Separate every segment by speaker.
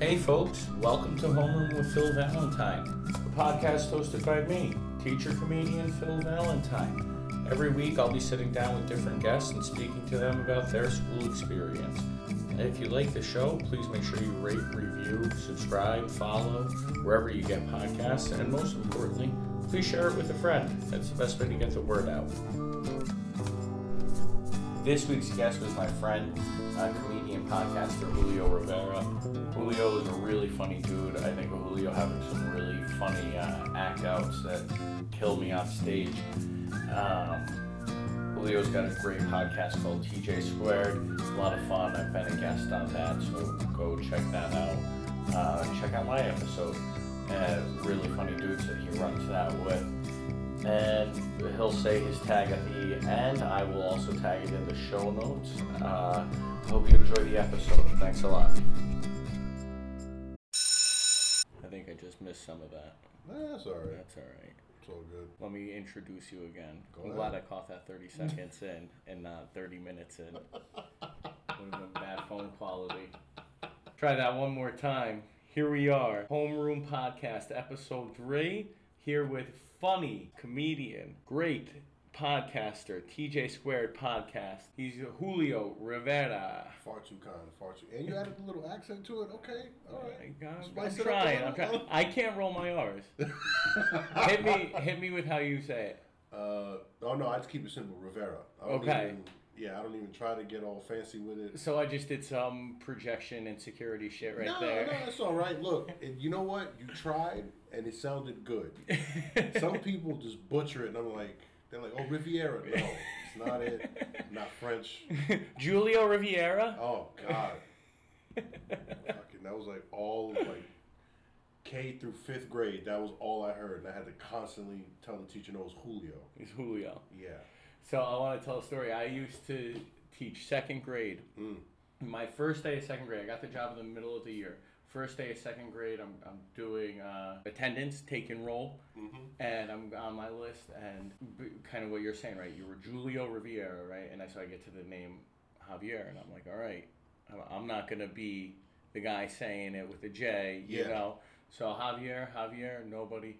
Speaker 1: Hey, folks, welcome to Homeroom with Phil Valentine, a podcast hosted by me, teacher comedian Phil Valentine. Every week, I'll be sitting down with different guests and speaking to them about their school experience. And if you like the show, please make sure you rate, review, subscribe, follow, wherever you get podcasts, and most importantly, please share it with a friend. That's the best way to get the word out. This week's guest was my friend, uh, comedian podcaster Julio Rivera. Julio is a really funny dude. I think of Julio having some really funny uh, act outs that kill me on stage. Um, Julio's got a great podcast called TJ Squared. It's a lot of fun. I've been a guest on that, so go check that out. Uh, check out my episode. Uh, really funny dudes that he runs that with and he'll say his tag at the end. I will also tag it in the show notes. Uh, hope you enjoy the episode. Thanks a lot. I think I just missed some of that.
Speaker 2: Nah, that's all right.
Speaker 1: That's all right.
Speaker 2: It's all good.
Speaker 1: Let me introduce you again.
Speaker 2: Go
Speaker 1: I'm
Speaker 2: ahead.
Speaker 1: glad I caught that 30 seconds in and not 30 minutes in. Would have been bad phone quality. Try that one more time. Here we are, Homeroom Podcast, episode three. Here with funny comedian, great podcaster, TJ Squared Podcast. He's Julio Rivera.
Speaker 2: Far too kind, far too. And you added a little accent to it. Okay, all
Speaker 1: I
Speaker 2: right.
Speaker 1: got- I'm,
Speaker 2: Spice it up a
Speaker 1: trying.
Speaker 2: little.
Speaker 1: I'm trying. I can't roll my R's. hit me. Hit me with how you say it.
Speaker 2: Uh, oh no, I just keep it simple. Rivera. I don't
Speaker 1: Okay.
Speaker 2: Even, yeah, I don't even try to get all fancy with it.
Speaker 1: So I just did some projection and security shit right
Speaker 2: no, no,
Speaker 1: there.
Speaker 2: that's all right. Look, and you know what? You tried, and it sounded good. Some people just butcher it, and I'm like, they're like, oh Riviera. No, it's not it. not French.
Speaker 1: Julio Riviera.
Speaker 2: Oh God. Fucking, that was like all of, like K through fifth grade. That was all I heard, and I had to constantly tell the teacher no, it was Julio.
Speaker 1: It's Julio.
Speaker 2: Yeah.
Speaker 1: So I want to tell a story. I used to teach second grade.
Speaker 2: Mm.
Speaker 1: My first day of second grade, I got the job in the middle of the year. First day of second grade, I'm, I'm doing uh, attendance, take and roll,
Speaker 2: Mm-hmm.
Speaker 1: and I'm on my list. And b- kind of what you're saying, right? You were Julio Riviera, right? And I, so I get to the name Javier, and I'm like, all right, I'm- I'm not going to be the guy saying it with a J, you
Speaker 2: Yeah.
Speaker 1: know? So Javier, Javier, nobody.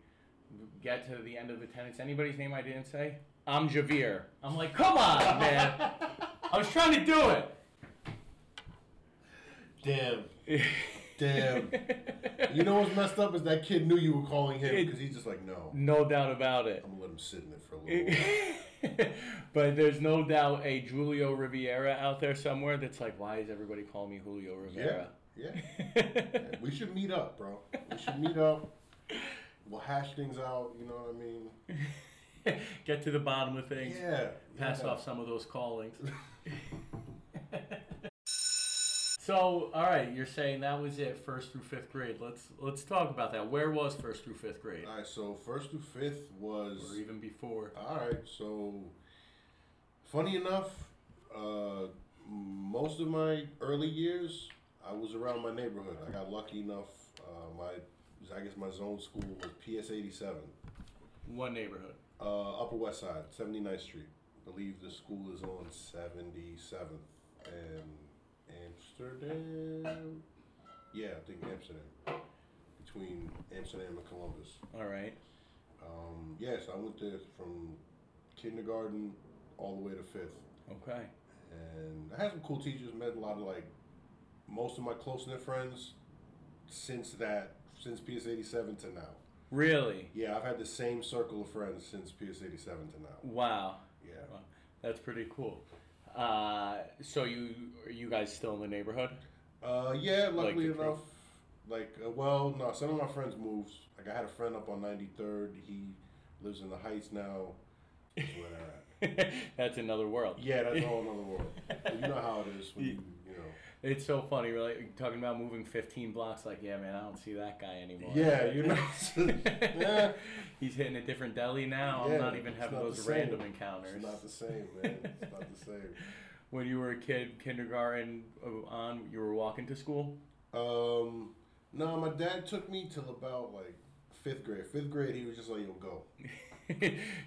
Speaker 1: Get to the end of attendance. Anybody's name I didn't say? I'm Javier. I'm like, come on, man. I was trying to do it.
Speaker 2: Damn. Damn. You know what's messed up is that kid knew you were calling him
Speaker 1: It-
Speaker 2: because he's just like, no,
Speaker 1: no doubt about it.
Speaker 2: I'm gonna let him sit in it for a little. while.
Speaker 1: but there's no doubt a Julio Riviera out there somewhere that's like, why is everybody calling me Julio
Speaker 2: Yeah.
Speaker 1: Rivera?
Speaker 2: Yeah. Yeah. We should meet up, bro. We should meet up. We'll hash things out. You know what I mean?
Speaker 1: Get to the bottom of things.
Speaker 2: Yeah.
Speaker 1: Pass
Speaker 2: yeah.
Speaker 1: off some of those callings. so, all right, you're saying that was it, first through fifth grade. Let's let's talk about that. Where was first through fifth grade,
Speaker 2: All right. So first through fifth was.
Speaker 1: or even before?
Speaker 2: All right. So, funny enough, uh, most of my early years, I was around my neighborhood. I got lucky enough. Uh, my, I guess my zone school was PS eighty seven,
Speaker 1: One neighborhood.
Speaker 2: uh, Upper West Side, 79th Street. I believe the school is on seventy seventh and Amsterdam. Yeah, I think Amsterdam. Between Amsterdam and Columbus.
Speaker 1: All right.
Speaker 2: Um, yes, I went there from kindergarten all the way to fifth,
Speaker 1: Okay.
Speaker 2: and I had some cool teachers. Met a lot of like most of my close knit friends since that, since PS eighty seven to now.
Speaker 1: Really?
Speaker 2: Yeah, I've had the same circle of friends since PS eighty seven to now.
Speaker 1: Wow.
Speaker 2: Yeah,
Speaker 1: That's pretty cool. Uh, so you are you guys still in the neighborhood?
Speaker 2: uh, yeah. Luckily
Speaker 1: the crew.
Speaker 2: enough, like uh, well, no, some of my friends moved. Like I had a friend up on ninety third. He lives in the Heights now. That's where they're at.
Speaker 1: That's another world.
Speaker 2: Yeah, that's a whole another world. But you know how it is when you, you know.
Speaker 1: It's so funny, really. Talking about moving 15 blocks, like, yeah, man, I don't see that guy anymore.
Speaker 2: Yeah, you know. Yeah.
Speaker 1: He's hitting a different deli now.
Speaker 2: Yeah,
Speaker 1: I'm not even
Speaker 2: it's
Speaker 1: having
Speaker 2: not the
Speaker 1: those
Speaker 2: same.
Speaker 1: random
Speaker 2: It's
Speaker 1: encounters.
Speaker 2: not the same, man. It's not the same.
Speaker 1: When you were a kid, kindergarten uh, on, you were walking to school.
Speaker 2: Um, no, my dad took me till about like fifth grade. Fifth grade, he was just like, "Yo, go."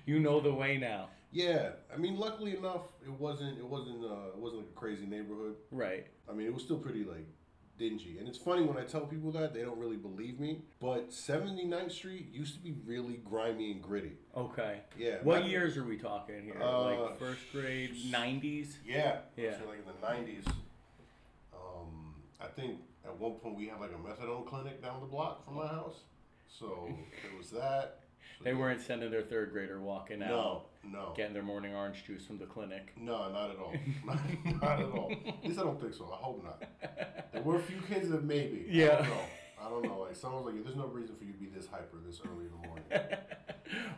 Speaker 1: you know the way now,
Speaker 2: Yeah, I mean, luckily enough, it wasn't. It wasn't. Uh, it wasn't like a crazy neighborhood.
Speaker 1: right?
Speaker 2: I mean, it was still pretty like dingy. And it's funny when I tell people that, they don't really believe me. But 79th Street used to be really grimy and gritty.
Speaker 1: Okay.
Speaker 2: Yeah.
Speaker 1: What
Speaker 2: my-
Speaker 1: years are we talking here?
Speaker 2: Uh,
Speaker 1: like first grade, nineties.
Speaker 2: Yeah.
Speaker 1: Yeah.
Speaker 2: So like in the nineties, um, I think at one point we had like a methadone clinic down the block from my house. So there was that. So
Speaker 1: They
Speaker 2: yeah.
Speaker 1: weren't sending their third grader walking out,
Speaker 2: No, no,
Speaker 1: getting their morning orange juice from the clinic.
Speaker 2: no, not at all. Not, not at all. At least I don't think so. I hope not. There were a few kids that maybe. I
Speaker 1: Yeah.
Speaker 2: don't know. I don't know. Like someone's like, there's no reason for you to be this hyper this early in the morning.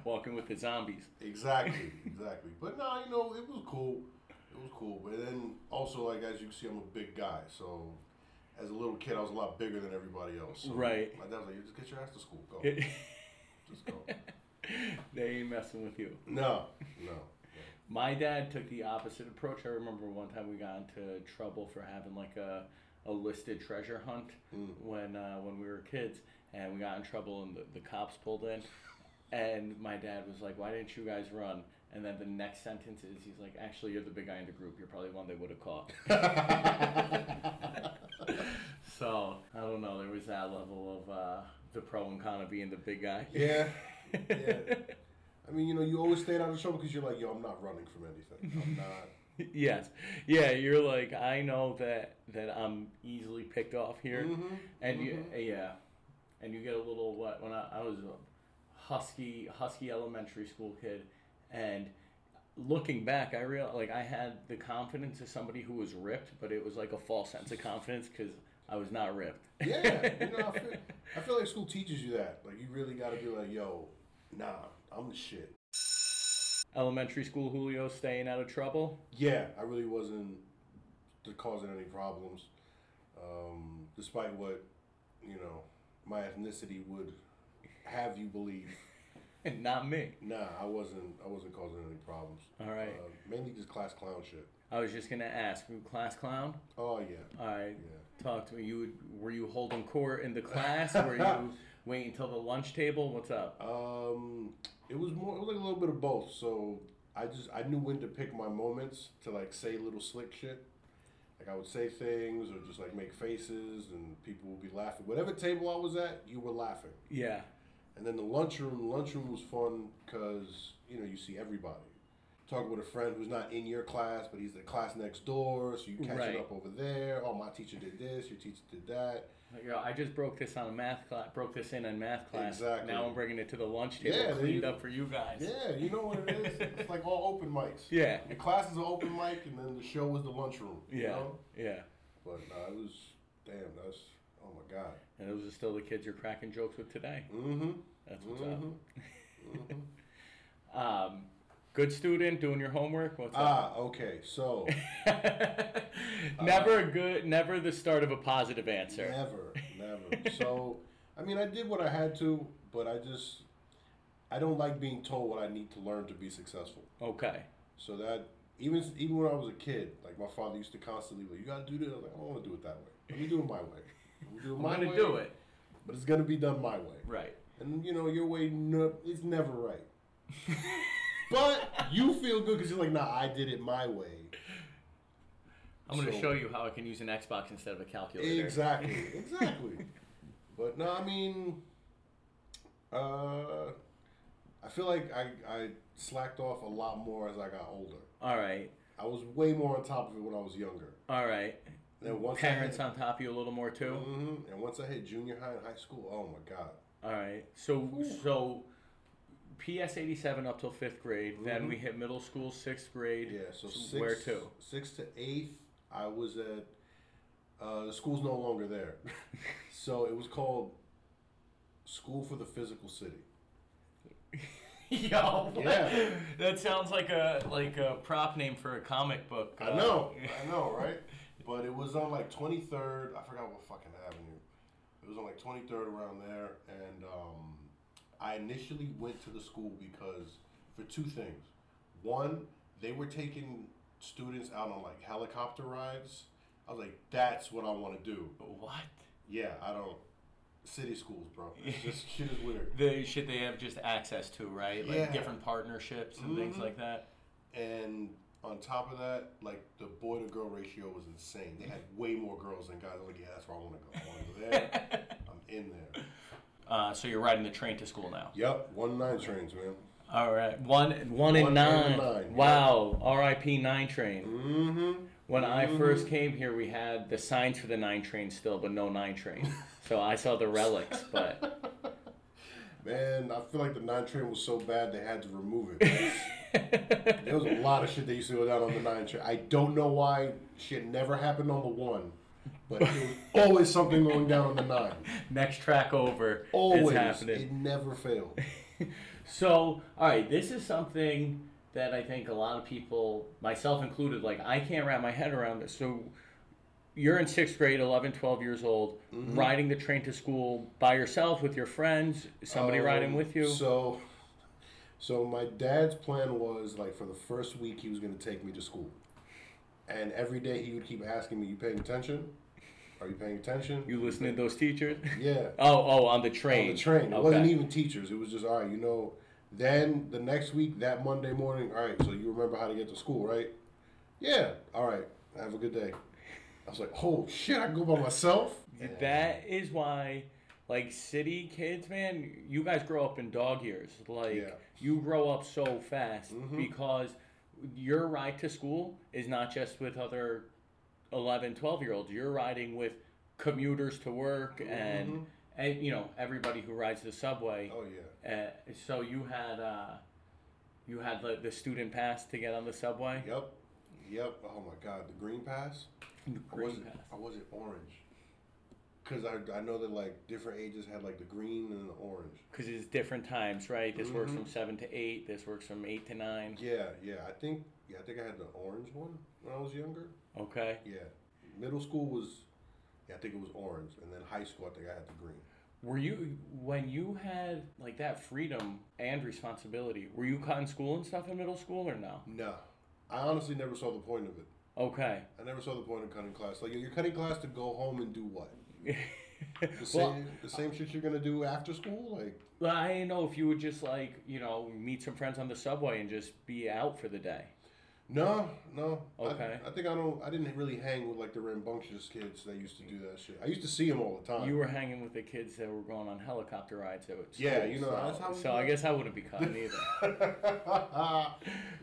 Speaker 1: Walking with the zombies.
Speaker 2: Exactly, exactly. But no, you know, it was cool. It was cool. But then also, like as you can see, I'm a big guy. So as a little kid, I was a lot bigger than everybody else. So
Speaker 1: Right.
Speaker 2: My dad was like, "You just get your ass to school. Go,
Speaker 1: they
Speaker 2: just go."
Speaker 1: ain't messing with you.
Speaker 2: No, no.
Speaker 1: My dad took the opposite approach. I remember one time we got into trouble for having like a, a listed treasure hunt
Speaker 2: Mm.
Speaker 1: when uh, when we were kids, and we got in trouble, and the, the cops pulled in, and my dad was like, "Why didn't you guys run?" And then the next sentence is, he's like, "Actually, you're the big guy in the group. You're probably one they would have caught." so I don't know. There was that level of uh, the pro and con of being the big guy.
Speaker 2: Yeah, yeah. I mean, you know, you always stayed out of trouble because you're like, "Yo, I'm not running from anything. I'm not."
Speaker 1: yes. Yeah, you're like I know that that I'm easily picked off here,
Speaker 2: Mhm,
Speaker 1: and you yeah, and you get a little what when I, I was a husky husky elementary school kid, and looking back, I real like I had the confidence of somebody who was ripped, but it was like a false sense of confidence because I was not ripped.
Speaker 2: Yeah, you know, I feel, I feel like school teaches you that. Like, you really got to be like, "Yo, nah, I'm the shit."
Speaker 1: elementary school Julio staying out of trouble.
Speaker 2: Yeah, I really wasn't th- causing any problems, um, despite what you know my ethnicity would have you believe.
Speaker 1: and Not me.
Speaker 2: Nah, I wasn't. I wasn't causing any problems.
Speaker 1: All right.
Speaker 2: Uh, mainly just class clown shit.
Speaker 1: I was just gonna ask, you class clown.
Speaker 2: Oh yeah,
Speaker 1: All right,
Speaker 2: yeah.
Speaker 1: Talk to me. You would- were you holding court in the class? Were you waiting until the lunch table? What's up?
Speaker 2: Um, it was more. It was like a little bit of both. So I just I knew when to pick my moments to like say little slick shit. Like I would say things or just like make faces and people would be laughing. Whatever table I was at, you were laughing.
Speaker 1: Yeah,
Speaker 2: And then the lunchroom, lunchroom was fun because you know you see everybody. Talking with a friend who's not in your class, but he's the class next door, so you catch
Speaker 1: Right.
Speaker 2: it up over there. Oh, my teacher did this, your teacher did that.
Speaker 1: Like, yo, I just broke this on a math class. Broke this in on math class.
Speaker 2: Exactly.
Speaker 1: Now I'm bringing it to the lunch table,
Speaker 2: Yeah,
Speaker 1: cleaned
Speaker 2: they-
Speaker 1: up for you guys.
Speaker 2: Yeah, you know what it is. it's like all open mics.
Speaker 1: Yeah,
Speaker 2: Your class is an open mic, and then the show is the lunchroom. You
Speaker 1: yeah,
Speaker 2: know?
Speaker 1: yeah.
Speaker 2: But no, it was damn. That's oh my god.
Speaker 1: And those are still the kids you're cracking jokes with today.
Speaker 2: Mm-hmm.
Speaker 1: That's what's
Speaker 2: Mm-hmm. mm-hmm.
Speaker 1: up. Um, good student, doing your homework. What's up?
Speaker 2: Ah, okay. So
Speaker 1: never a good, never the start of a positive answer.
Speaker 2: Never, never. so, I mean, I did what I had to, but I just, I don't like being told what I need to learn to be successful.
Speaker 1: Okay.
Speaker 2: So that even even when I was a kid, like my father used to constantly, like, you gotta do this. I was like, I don't want to do it that way. Let me do it my way. Let me do it
Speaker 1: I'm
Speaker 2: my
Speaker 1: gonna
Speaker 2: way.
Speaker 1: do it.
Speaker 2: but it's gonna be done my way.
Speaker 1: Right.
Speaker 2: And you know, your way no, is never right. but you feel good because you're like, nah, I did it my way.
Speaker 1: I'm going to
Speaker 2: So-
Speaker 1: show you how I can use an Xbox instead of a calculator.
Speaker 2: Exactly, exactly. but no, I mean, uh, I feel like I, I slacked off a lot more as I got older.
Speaker 1: All right.
Speaker 2: I was way more on top of it when I was younger.
Speaker 1: All right.
Speaker 2: Then once
Speaker 1: Parents
Speaker 2: I
Speaker 1: on top of you a little more too.
Speaker 2: hit, Mhm, and once I hit junior high and high school, oh my god,
Speaker 1: All right. So so PS 87 up till 5th grade,
Speaker 2: Mm-hmm.
Speaker 1: then we hit middle school 6th grade.
Speaker 2: yeah. So six,
Speaker 1: where to?
Speaker 2: Six to eighth, I was at. Uh, the school's no longer there, so it was called School for the Physical City.
Speaker 1: Yo. what?
Speaker 2: Yeah.
Speaker 1: That sounds like a like a prop name for a comic book.
Speaker 2: I
Speaker 1: uh,
Speaker 2: know, I know, right? But it was on like 23rd. I forgot what fucking avenue. It was on like 23rd around there, and um, I initially went to the school because for two things. One, they were taking students out on like helicopter rides. I was like, that's what I want to do.
Speaker 1: What?
Speaker 2: Yeah, I don't. City schools, bro. It's just shit is weird.
Speaker 1: The shit they have just access to, right? Like
Speaker 2: Yeah. Mm-hmm.
Speaker 1: different partnerships and things
Speaker 2: Mhm.
Speaker 1: like that.
Speaker 2: And On top of that, like the boy to girl ratio was insane. They had way more girls than guys. I was like, yeah, that's where I want to go. I want to go there. I'm in there.
Speaker 1: Uh, so you're riding the train to school now.
Speaker 2: Yep, one nine trains, man.
Speaker 1: All right, one one in
Speaker 2: One in
Speaker 1: nine.
Speaker 2: nine,
Speaker 1: Wow, R.I.P. Nine Train.
Speaker 2: Mm-hmm.
Speaker 1: When I first came here, we had the signs for the Nine Train still, but no Nine Train. so I saw the relics, but
Speaker 2: Man, I feel like the nine train was so bad they had to remove it. there was a lot of shit that used to go down on the nine train. I don't know why shit never happened on the one, but it was always something going down on the nine.
Speaker 1: next track over is
Speaker 2: Always,
Speaker 1: happening.
Speaker 2: it never failed.
Speaker 1: So, all right, this is something that I think a lot of people, myself included, like I can't wrap my head around this. So, you're in sixth grade, 11, 12 years old, riding the train to school by yourself with your friends, somebody riding
Speaker 2: Um,
Speaker 1: with you.
Speaker 2: So, so my dad's plan was like for the first week he was going to take me to school, and every day he would keep asking me, "You paying attention? Are you paying attention?
Speaker 1: you listening to those teachers?
Speaker 2: yeah."
Speaker 1: Oh, oh, on the train.
Speaker 2: On the train. It
Speaker 1: Okay.
Speaker 2: wasn't even teachers. It was just all right. You know. Then the next week, that Monday morning, all right. So you remember how to get to school, right? Yeah. All right. Have a good day. I was like, oh shit! I can go by myself.
Speaker 1: That is why, like city kids, man, you guys grow up in dog years. Like
Speaker 2: Yeah. Mm-hmm.
Speaker 1: you grow up so fast because your ride to school is not just with other 11, 12 year olds. You're riding with commuters to work
Speaker 2: Mm-hmm.
Speaker 1: and and you know everybody who rides the subway.
Speaker 2: Oh yeah.
Speaker 1: Uh, so you had uh, you had the, the student pass to get on the subway.
Speaker 2: Yep. Yep. Oh my god, the green pass. I
Speaker 1: Green
Speaker 2: wasn't.
Speaker 1: pass.
Speaker 2: I wasn't orange. Cause I, I know that like different ages had like the green and the orange.
Speaker 1: Because it's different times, right? This works
Speaker 2: Mhm.
Speaker 1: from 7 to 8. This works from 8 to 9.
Speaker 2: Yeah, yeah. I think yeah, I think I had the orange one when I was younger.
Speaker 1: Okay.
Speaker 2: Yeah. Middle school was yeah, I think it was orange, and then high school I think I had the green.
Speaker 1: Were you, when you had like that freedom and responsibility, were you caught in school and stuff in middle school or no?
Speaker 2: No, I honestly never saw the point of it.
Speaker 1: Okay.
Speaker 2: I never saw the point of cutting class. Like you're cutting class to go home and do what? The same
Speaker 1: well,
Speaker 2: the same shit you're gonna do after school? Like
Speaker 1: well, I didn't know if you would just like, you know, meet some friends on the subway and just be out for the day.
Speaker 2: no, no. I-
Speaker 1: Okay.
Speaker 2: I, think I don't. I didn't really hang with like the rambunctious kids that used to do that shit. I used to see them all the time.
Speaker 1: You were hanging with the kids that were going on helicopter rides. At school,
Speaker 2: Yeah, you know,
Speaker 1: so,
Speaker 2: that's how we
Speaker 1: so I guess I wouldn't be caught either.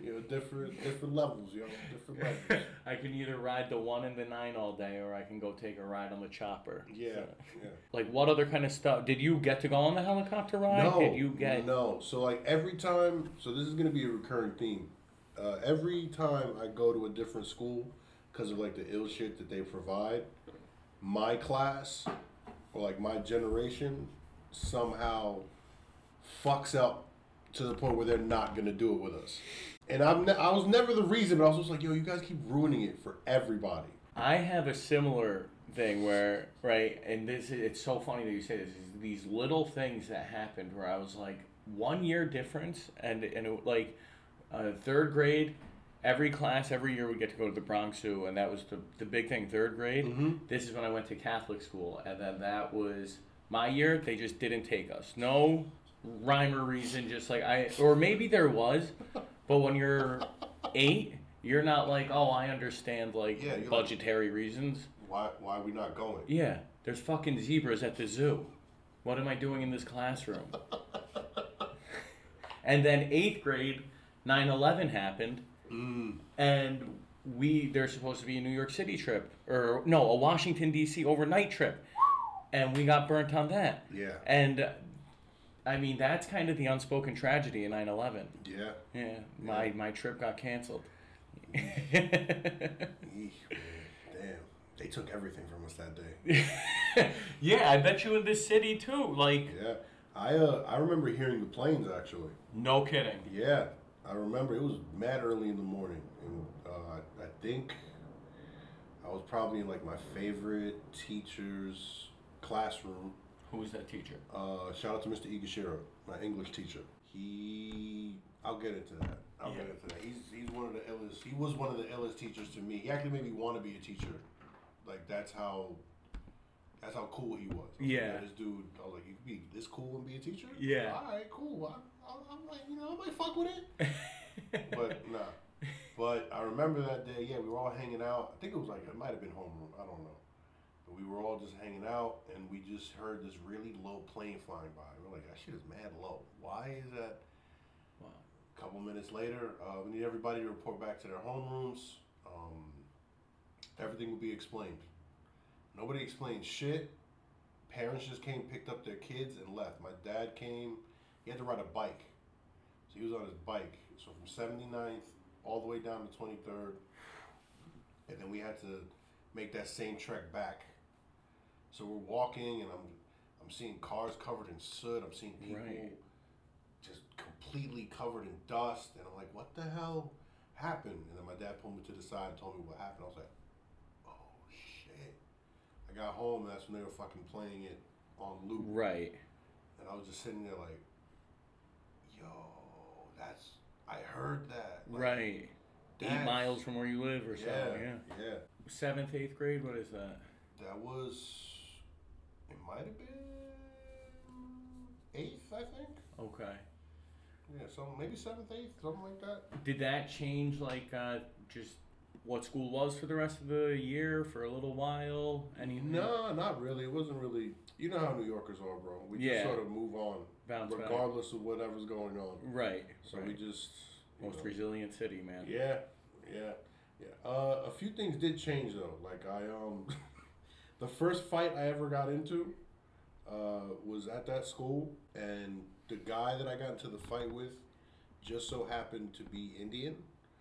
Speaker 2: you know, different different levels, yo. Different levels.
Speaker 1: I can either ride the one and the nine all day, or I can go take a ride on the chopper.
Speaker 2: Yeah,
Speaker 1: So-
Speaker 2: yeah.
Speaker 1: Like, what other kind of stuff? Did you get to go on the helicopter ride?
Speaker 2: No,
Speaker 1: Did you get?
Speaker 2: no. So like every time, so this is gonna be a recurring theme. Uh, every time I go to a different school, because of like the ill shit that they provide, my class or like my generation somehow fucks up to the point where they're not gonna do it with us. And I'm ne- I was never the reason, but I was just like, yo, you guys keep ruining it for everybody.
Speaker 1: I have a similar thing where right, and this is, it's so funny that you say this. Is these little things that happened where I was like one year difference, and and it, like uh, third grade. Every class, every year, we get to go to the Bronx Zoo, and that was the, the big thing. Third grade, this is when I went to Catholic school, and then that was my year. They just didn't take us. No rhyme or reason. Just like I, or maybe there was, but when you're eight, you're not like, oh, I understand like
Speaker 2: Yeah, you're like-
Speaker 1: budgetary reasons.
Speaker 2: Why why are we not going?
Speaker 1: Yeah, there's fucking zebras at the zoo. What am I doing in this classroom? and then eighth grade, 9/11 happened, and we there's supposed to be a New York City trip or no, a Washington D.C. overnight trip, and we got burnt on that.
Speaker 2: Yeah.
Speaker 1: And uh, I mean that's kind of the unspoken tragedy in 9/11.
Speaker 2: Yeah.
Speaker 1: Yeah, my my trip got canceled.
Speaker 2: Eesh, man. Damn. They took everything from us that day.
Speaker 1: yeah, I bet you in this city too. Like,
Speaker 2: Yeah, I uh, I remember hearing the planes actually.
Speaker 1: no kidding.
Speaker 2: Yeah, I remember it was mad early in the morning, and uh, I- I think I was probably in like my favorite teacher's classroom.
Speaker 1: Who was that teacher?
Speaker 2: Uh, shout out to Mr. Igashiro, my English teacher. He, I'll get into that. I'll get
Speaker 1: Yeah.
Speaker 2: into that. He's he's one of the illest. He was one of the illest teachers to me. He actually made me want to be a teacher. Like that's how. That's how cool he was. I was like,
Speaker 1: Yeah.
Speaker 2: this dude. I was like, you could be this cool and be a teacher.
Speaker 1: Yeah.
Speaker 2: All right, cool. I, I, I'm like, you know, I might fuck with it. but nah. But I remember that day, yeah, we were all hanging out. I think it was like, it might have been homeroom, I don't know. But we were all just hanging out and we just heard this really low plane flying by. We We're like, that shit is mad low. Why is that?
Speaker 1: Wow.
Speaker 2: A couple minutes later, uh, we need everybody to report back to their homerooms. Um, everything will be explained. Nobody explained shit. Parents just came, picked up their kids, and left. My dad came. He had to ride a bike. So he was on his bike. So from 79th all the way down to 23rd. And then we had to make that same trek back. So we're walking, and I'm, I'm seeing cars covered in soot. I'm seeing people
Speaker 1: Right.
Speaker 2: just completely covered in dust. And I'm like, what the hell happened? And then my dad pulled me to the side and told me what happened. I was like, oh shit. I got home, and that's when they were fucking playing it on loop.
Speaker 1: Right.
Speaker 2: And I was just sitting there like, yo, that's, I heard that. Like,
Speaker 1: Right. Eight
Speaker 2: that's-
Speaker 1: miles from where you live or so.
Speaker 2: Yeah,
Speaker 1: yeah.
Speaker 2: yeah.
Speaker 1: Seventh, eighth grade. What is that?
Speaker 2: That was, it might have been eighth, I think.
Speaker 1: Okay.
Speaker 2: Yeah, some maybe seventh, eighth, something like that.
Speaker 1: Did that change like uh, just what school was for the rest of the year for a little while? Anything?
Speaker 2: No, not really. It wasn't really. You know how New Yorkers are, bro. We
Speaker 1: Yeah.
Speaker 2: just sort of move on,
Speaker 1: Bounce back.
Speaker 2: regardless of whatever's going on.
Speaker 1: Right.
Speaker 2: So
Speaker 1: right.
Speaker 2: we just you
Speaker 1: most
Speaker 2: know,
Speaker 1: resilient city, man.
Speaker 2: Yeah, yeah, yeah. Uh, a few things did change though. Like I um, the first fight I ever got into, uh, was at that school, and the guy that I got into the fight with, just so happened to be Indian.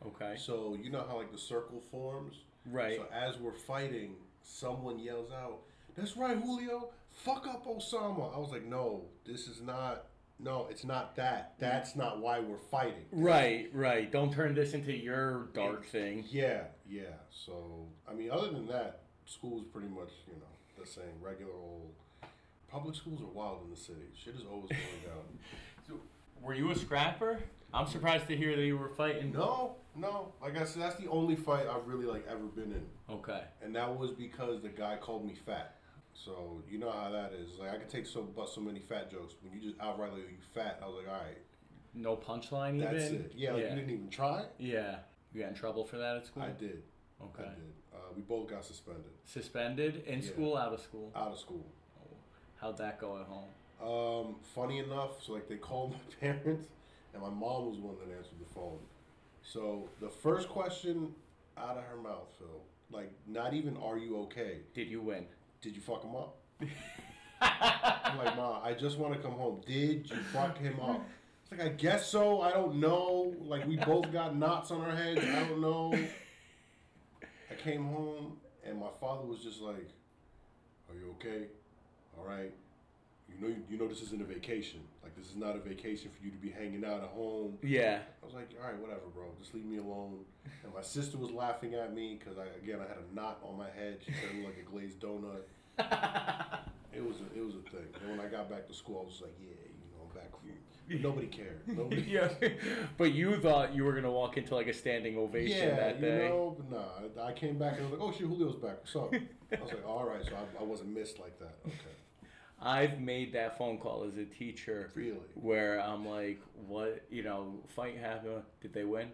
Speaker 1: Okay.
Speaker 2: So you know how like the circle forms.
Speaker 1: Right.
Speaker 2: So as we're fighting, someone yells out, "That's right, Julio! Fuck up Osama!" I was like, "No, this is not. No, it's not that. That's not why we're fighting."
Speaker 1: right. Right. Don't turn this into your dark thing.
Speaker 2: Yeah, yeah. So I mean, other than that, school's pretty much you know the same regular old. Public schools are wild in the city. Shit is always going down.
Speaker 1: Were you a scrapper? I'm surprised to hear that you were fighting.
Speaker 2: No, no. Like I said, that's the only fight I've really like ever been in,
Speaker 1: Okay.
Speaker 2: and that was because the guy called me fat. So you know how that is. Like I could take so but so many fat jokes. When you just outright like you fat, I was like, all right,
Speaker 1: No punchline even.
Speaker 2: that's it. Yeah, like,
Speaker 1: yeah.
Speaker 2: you didn't even try.
Speaker 1: Yeah. You got in trouble for that at school.
Speaker 2: I did.
Speaker 1: Okay.
Speaker 2: I did. Uh, we both got suspended
Speaker 1: Suspended in
Speaker 2: Yeah.
Speaker 1: school, out of school.
Speaker 2: out of school.
Speaker 1: How'd that go at home?
Speaker 2: Um, funny enough, so like they called my parents, and my mom was the one that answered the phone. So the first question out of her mouth, Phil, like not even "Are you okay?"
Speaker 1: Did you win?
Speaker 2: Did you fuck him up? I'm like, ma, I just want to come home. Did you fuck him up? It's like, I guess so. I don't know. Like we both got knots on our heads. I don't know. I came home and my father was just like, "Are you okay? All right." You know, you know, this isn't a vacation. Like, this is not a vacation for you to be hanging out at home.
Speaker 1: Yeah.
Speaker 2: I was like, all right, whatever, bro. Just leave me alone. And my sister was laughing at me because I again I had a knot on my head. She said I looked like a glazed donut. it was a, it was a thing. And when I got back to school, I was like, yeah, you know, I'm back. For but nobody cared. Nobody.
Speaker 1: yeah. But you thought you were gonna walk into like a standing ovation
Speaker 2: Yeah,
Speaker 1: that
Speaker 2: you
Speaker 1: day.
Speaker 2: know, but nah. I I came back and I was like, oh shit, Julio's back. So I was like, all right, so I, I wasn't missed like that. Okay,
Speaker 1: I've made that phone call as a teacher
Speaker 2: really.
Speaker 1: where I'm like, what, you know, fight happened. Did they win?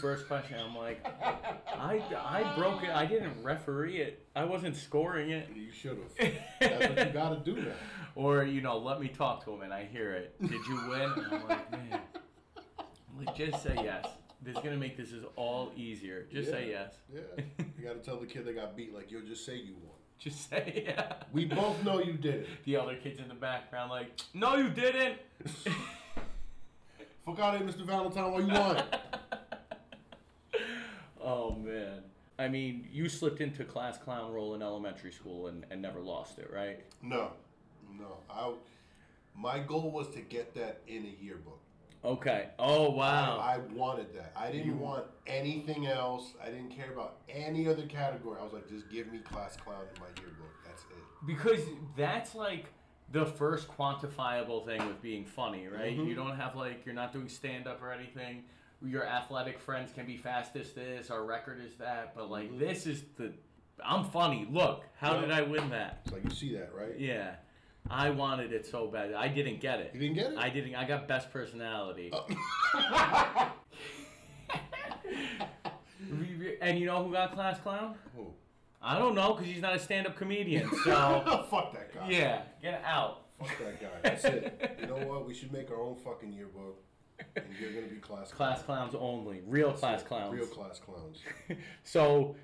Speaker 1: First question, I'm like, I, I broke it. I didn't referee it. I wasn't scoring it.
Speaker 2: You should have. That's what you gotta do now.
Speaker 1: Or, you know, let me talk to him and I hear it. Did you win? And I'm like, man. I'm like, just say yes. This is going to make this is all easier. Just say
Speaker 2: Yeah.
Speaker 1: yes.
Speaker 2: Yeah, you gotta tell the kid they got beat. Like, yo, just say you won.
Speaker 1: Just say yeah.
Speaker 2: We both know you did it.
Speaker 1: The other kids in the background, like, no, you didn't.
Speaker 2: Fuck out of here, Mr. Valentine, while you want.
Speaker 1: Oh, man. I mean, you slipped into class clown role in elementary school and, and never lost it, right?
Speaker 2: no, no. I, my goal was to get that in a yearbook.
Speaker 1: Okay. Oh, wow.
Speaker 2: I, I wanted that. I didn't want anything else. I didn't care about any other category. I was like, just give me class clown in my yearbook. That's it.
Speaker 1: Because that's like the first quantifiable thing with being funny, right? You don't have like, you're not doing stand up or anything. Your athletic friends can be fastest this, our record is that, but like, this is the, I'm funny. Look, how
Speaker 2: Yeah.
Speaker 1: did I win that?
Speaker 2: It's like you see that, right?
Speaker 1: Yeah. I wanted it so bad. I didn't get it.
Speaker 2: You didn't get it.
Speaker 1: I didn't. I got best personality. Re- re- And you know who got class clown?
Speaker 2: Who?
Speaker 1: I don't know because he's not a stand-up comedian. So
Speaker 2: fuck that guy.
Speaker 1: yeah, get out.
Speaker 2: Fuck that guy. That's it. You know what? We should make our own fucking yearbook, and you're gonna be class
Speaker 1: Class clowns only. Real class
Speaker 2: clowns.
Speaker 1: clowns.
Speaker 2: Real class clowns.
Speaker 1: so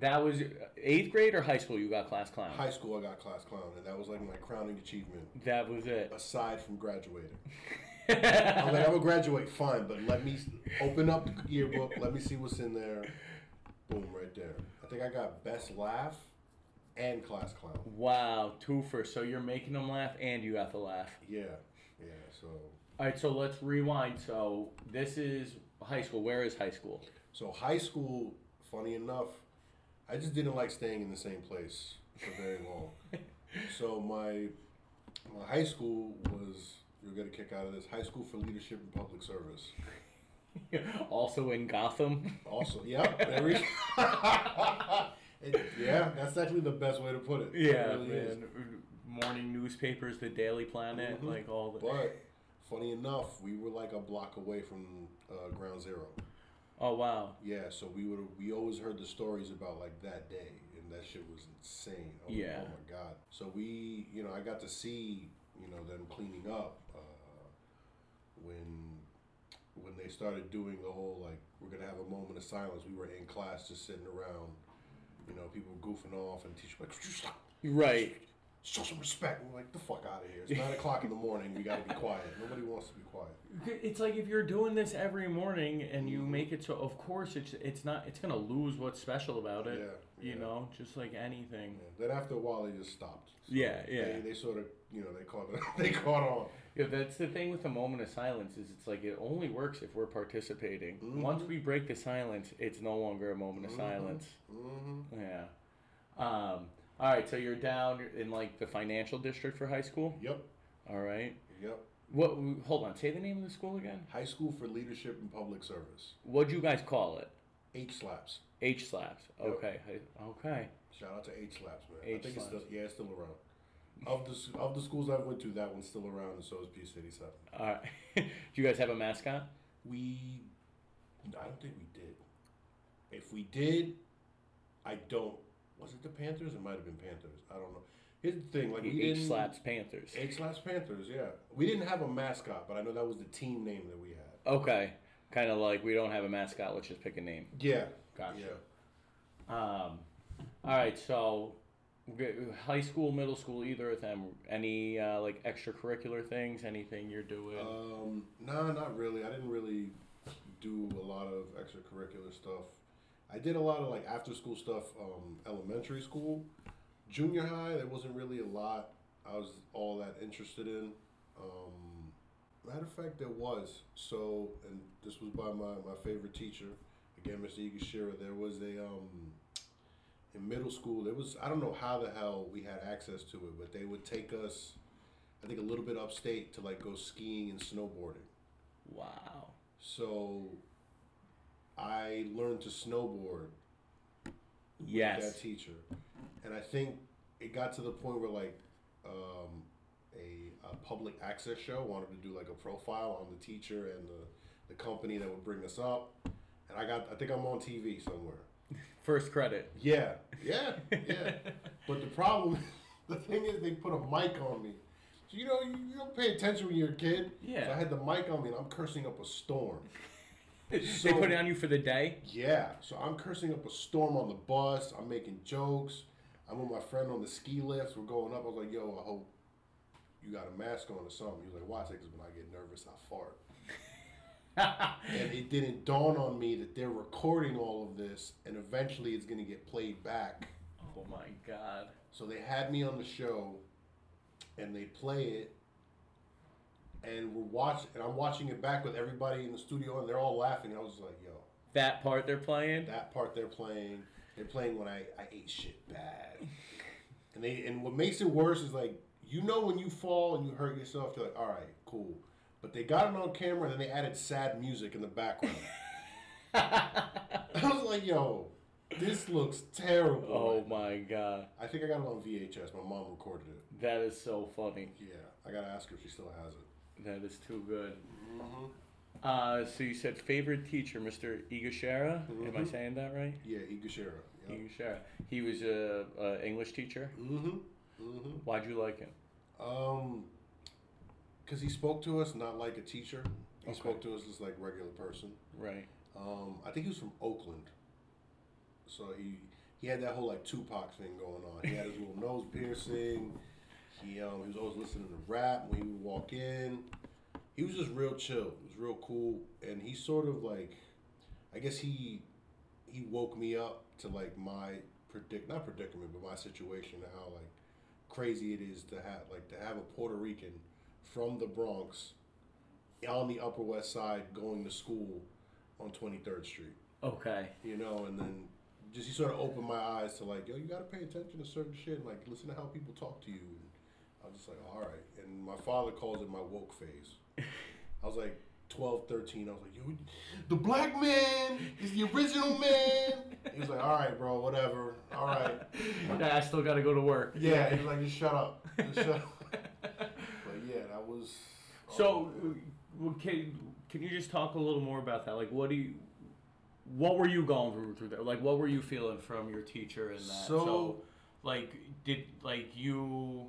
Speaker 1: that was eighth grade or high school. You got class clown.
Speaker 2: High school, I got class clown, and that was like my crowning achievement.
Speaker 1: That was it.
Speaker 2: Aside from graduating, I'm like, I'm gonna graduate, fine, but let me s- open up the yearbook. Let me see what's in there. Boom, right there. I think I got best laugh and class clown.
Speaker 1: wow, twofer. So you're making them laugh and you got the laugh.
Speaker 2: Yeah, yeah. So,
Speaker 1: All right, so let's rewind. So this is high school. Where is high school?
Speaker 2: so high school. Funny enough, I just didn't like staying in the same place for very long. so my my high school was you're gonna kick out of this high school for leadership and public service.
Speaker 1: also in Gotham.
Speaker 2: Also, yeah, there we It- yeah, that's actually the best way to put it. It
Speaker 1: Yeah,
Speaker 2: really is.
Speaker 1: man. Morning newspapers, the Daily Planet,
Speaker 2: Mhm.
Speaker 1: like all the.
Speaker 2: But funny enough, we were like a block away from uh, Ground Zero.
Speaker 1: Oh wow.
Speaker 2: Yeah, so we would we always heard the stories about like that day, and that shit was insane. Oh,
Speaker 1: Yeah.
Speaker 2: Oh my god. So we, you know, I got to see you know them cleaning up uh, when when they started doing the whole like we're gonna have a moment of silence. We were in class just sitting around, you know, people goofing off, and teacher like stop.
Speaker 1: Right.
Speaker 2: Show some respect. We're like, the fuck out of here. It's nine o'clock in the morning. We gotta be quiet. Nobody wants to be quiet.
Speaker 1: It's like if you're doing this every morning and you make it so, of course it's it's not it's gonna lose what's special about
Speaker 2: Yeah.
Speaker 1: it.
Speaker 2: yeah.
Speaker 1: You know, just like anything.
Speaker 2: Yeah. Then after a while, they just stopped. So
Speaker 1: Yeah,
Speaker 2: They, they sort of, you know, they caught they caught on.
Speaker 1: Yeah, that's the thing with the moment of silence is it's like it only works if we're participating. Once
Speaker 2: Mhm.
Speaker 1: we break the silence, it's no longer a moment of
Speaker 2: Mhm.
Speaker 1: silence.
Speaker 2: hmm
Speaker 1: Yeah. Um, all right, so you're down in like the financial district for high school.
Speaker 2: Yep,
Speaker 1: All right.
Speaker 2: yep.
Speaker 1: What? Hold on. Say the name of the school again.
Speaker 2: High School for Leadership and Public Service.
Speaker 1: What'd you guys call it?
Speaker 2: H slaps.
Speaker 1: H slaps.
Speaker 2: Yep.
Speaker 1: Okay. I- Okay.
Speaker 2: Shout out to H slaps, man. I
Speaker 1: H
Speaker 2: think it's still,
Speaker 1: slaps.
Speaker 2: yeah, it's still around. Of the s- of the schools I've went to, that one's still around, and so is P City Seven.
Speaker 1: All right. Uh, Do you guys have a mascot?
Speaker 2: We, I don't think we did. If we did, I don't. Was it the Panthers? It might have been Panthers. I don't know. Here's the thing, like we
Speaker 1: H
Speaker 2: didn't.
Speaker 1: slaps Panthers.
Speaker 2: H slaps Panthers. Yeah, we didn't have a mascot, but I know that was the team name that we had.
Speaker 1: Okay. Kind of like we don't have a mascot. Let's just pick a name.
Speaker 2: Yeah.
Speaker 1: Gotcha.
Speaker 2: Yeah.
Speaker 1: Um, all right. So, g- high school, middle school, either of them. Any uh, like extracurricular things? Anything you're doing?
Speaker 2: Um, nah, not really. I didn't really do a lot of extracurricular stuff. I did a lot of like after school stuff, um, elementary school, junior high. There wasn't really a lot I was all that interested in. Um, matter of fact, there was. So, and this was by my, my favorite teacher, again, Mr. Igashira. There was a, um, in middle school, there was, I don't know how the hell we had access to it, but they would take us. I think a little bit upstate to like go skiing and snowboarding.
Speaker 1: wow.
Speaker 2: So I learned to snowboard with that
Speaker 1: Yes.
Speaker 2: teacher, and I think it got to the point where like um, a, a public access show wanted to do like a profile on the teacher and the, the company that would bring us up, and I got I think I'm on TV somewhere.
Speaker 1: First credit.
Speaker 2: Yeah, yeah, yeah. but the problem, the thing is, they put a mic on me. So, you know, you, you don't pay attention when you're a kid. So I
Speaker 1: Yeah.
Speaker 2: had the mic on me and I'm cursing up a storm.
Speaker 1: they
Speaker 2: so-
Speaker 1: put it on you for the day.
Speaker 2: Yeah, so I'm cursing up a storm on the bus. I'm making jokes. I'm with my friend on the ski lifts. We're going up. I was like, yo, I hope you got a mask on or something. He was like, why? I said, 'Cause when I get nervous, I fart.
Speaker 1: Oh
Speaker 2: And it didn't dawn on me that they're recording all of this and eventually it's going to get played back.
Speaker 1: Oh my god.
Speaker 2: So they had me on the show, and they play it, and we're watch, and I'm watching it back with everybody in the studio, and they're all laughing. I was like, "Yo,
Speaker 1: That part they're playing.
Speaker 2: that part they're playing, they're playing when I, I ate shit bad." And they, and what makes it worse is like, you know, when you fall and you hurt yourself, you're like, "All right, cool," but they got it on camera, and then they added sad music in the background. I was like, "Yo, this looks terrible."
Speaker 1: oh my god.
Speaker 2: I think I got it on VHS. My mom recorded it.
Speaker 1: That is so funny.
Speaker 2: Yeah, I gotta ask her if she still has it.
Speaker 1: That is too good.
Speaker 2: Mm-hmm.
Speaker 1: Uh, so you said favorite teacher, Mr. Igashara. Am I
Speaker 2: Mhm.
Speaker 1: saying that right?
Speaker 2: Yeah, Igashira. Yep.
Speaker 1: Igashara. He was a, a English teacher.
Speaker 2: Mm-hmm. Mm-hmm.
Speaker 1: Why'd you like him?
Speaker 2: Um, because he spoke to us not like a teacher. He
Speaker 1: Okay.
Speaker 2: spoke to us just like regular person.
Speaker 1: Right.
Speaker 2: Um, I think he was from Oakland, so he he had that whole like Tupac thing going on. He had his little nose piercing. He um, he was always listening to rap when he would walk in. He was just real chill. It was real cool, and he sort of like, I guess he he woke me up to like my predict not predicament but my situation and how like crazy it is to have like to have a Puerto Rican from the Bronx on the Upper West Side going to school on 23rd Street,
Speaker 1: Okay.
Speaker 2: you know, and then just he sort of opened my eyes to like, yo, you gotta pay attention to certain shit, and like listen to how people talk to you. And I was just like, all right. And my father calls it my woke phase. I was like 12, 13. I was like, yo, the black man is the original man. He was like, all right, bro, whatever. All right.
Speaker 1: Yeah, I still got to go to work.
Speaker 2: Yeah, he was like, just shut up. Just shut up. But yeah, that was.
Speaker 1: so, w- can can you just talk a little more about that? Like, what do you, what were you going through through that? Like, what were you feeling from your teacher and that?
Speaker 2: So-
Speaker 1: like, did like you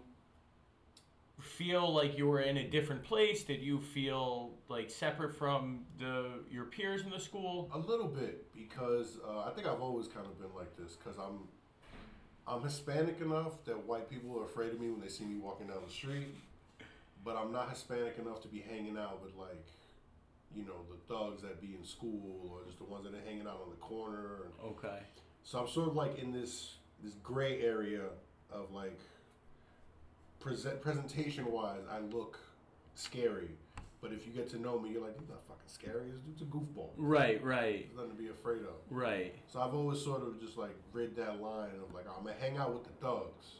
Speaker 1: feel like you were in a different place? Did you feel like separate from the your peers in the school?
Speaker 2: A little bit because uh, I think I've always kind of been like this because I'm I'm Hispanic enough that white people are afraid of me when they see me walking down the street, but I'm not Hispanic enough to be hanging out with like you know the thugs that be in school or just the ones that are hanging out on the corner.
Speaker 1: Okay.
Speaker 2: So I'm sort of like in this this gray area of like present presentation wise, I look scary. But if you get to know me, you're like, he's not fucking scary. This dude's a goofball.
Speaker 1: Right. Right.
Speaker 2: There's nothing to be afraid of.
Speaker 1: Right.
Speaker 2: So I've always sort of just like read that line of like I'm gonna hang out with the thugs,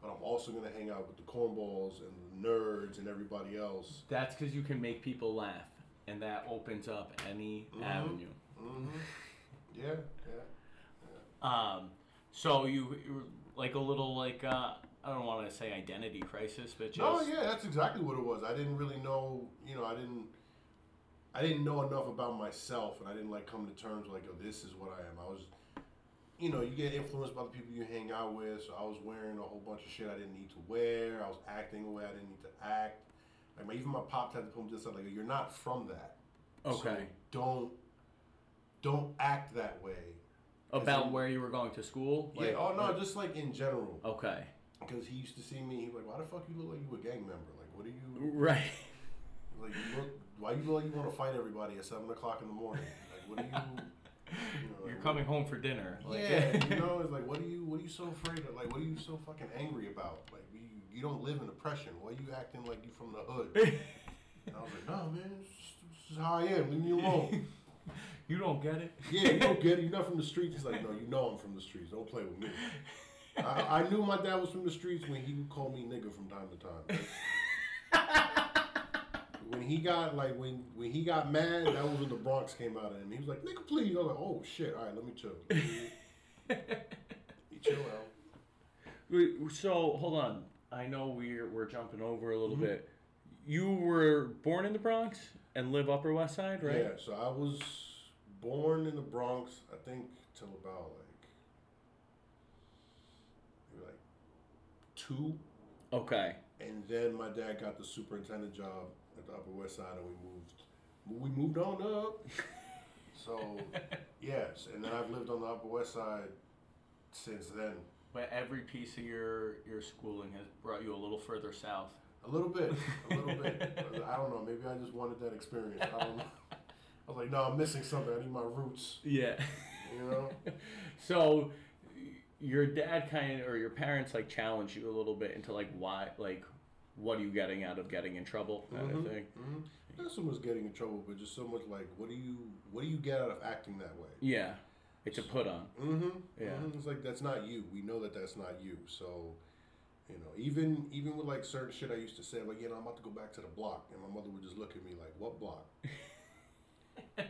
Speaker 2: but I'm also gonna hang out with the cornballs and the nerds and everybody else.
Speaker 1: That's because you can make people laugh, and that opens up any
Speaker 2: Mhm.
Speaker 1: avenue.
Speaker 2: Mm-hmm. Yeah, yeah.
Speaker 1: Um, so you you were like a little like uh, I don't want to say identity crisis, but just
Speaker 2: No, yeah, that's exactly what it was. I didn't really know, you know, I didn't, I didn't know enough about myself, and I didn't like come to terms with, like, oh, this is what I am. I was, you know, you get influenced by the people you hang out with. So I was wearing a whole bunch of shit I didn't need to wear. I was acting the way I didn't need to act. Like my, even my pops had to put me to the side, like, you're not from that. So
Speaker 1: okay
Speaker 2: don't, don't act that way.
Speaker 1: about
Speaker 2: you-
Speaker 1: where you were going to school.
Speaker 2: yeah.
Speaker 1: Like,
Speaker 2: Oh no,
Speaker 1: like-
Speaker 2: just like in general,
Speaker 1: okay,
Speaker 2: because he used to see me. He was like, why the fuck you look like you a gang member? Like, what are you?
Speaker 1: right.
Speaker 2: Like you look, why you look like you want to fight everybody at seven o'clock in the morning? Like what are you? you know,
Speaker 1: You're
Speaker 2: like,
Speaker 1: coming home for dinner. Like,
Speaker 2: yeah, you know, it's like what are you? What are you so afraid of? Like what are you so fucking angry about? Like you, you don't live in oppression. Why you acting like you from the hood? And I was like, no man, this is- this is how I am. Leave me alone.
Speaker 1: you don't get it.
Speaker 2: yeah, you don't get it. You're not from the streets. He's like, no, you know I'm from the streets. Don't play with me. I, I knew my dad was from the streets when he would call me nigga from time to time. when he got like when when he got mad, that was when the Bronx came out of him. He was like, "Nigga, please." I was like, "Oh shit! All right, let me chill." He chill out.
Speaker 1: Wait, So hold on. I know we're we're jumping over a little
Speaker 2: Mm-hmm.
Speaker 1: bit. You were born in the Bronx and live Upper West Side, right?
Speaker 2: Yeah. So I was born in the Bronx. I think till about like maybe like two,
Speaker 1: Okay.
Speaker 2: and then my dad got the superintendent job at the Upper West Side, and we moved. We moved on up. so yes, and then I've lived on the Upper West Side since then.
Speaker 1: But every piece of your your schooling has brought you a little further south.
Speaker 2: A little bit, a little bit. I don't know. Maybe I just wanted that experience. I don't know. I was like, no, I'm missing something. I need my roots.
Speaker 1: Yeah.
Speaker 2: You know?
Speaker 1: So y- your dad kind of or your parents like challenge you a little bit into like why like what are you getting out of getting in trouble kind of thing.
Speaker 2: hmm Not so much getting in trouble, but just so much like, what do you, what do you get out of acting that way?
Speaker 1: Yeah. It's a put on.
Speaker 2: Mm-hmm.
Speaker 1: Yeah.
Speaker 2: It's like that's not you. We know that that's not you. So, you know, even even with like certain shit I used to say, like, you know, I'm about to go back to the block, and my mother would just look at me like, "What block?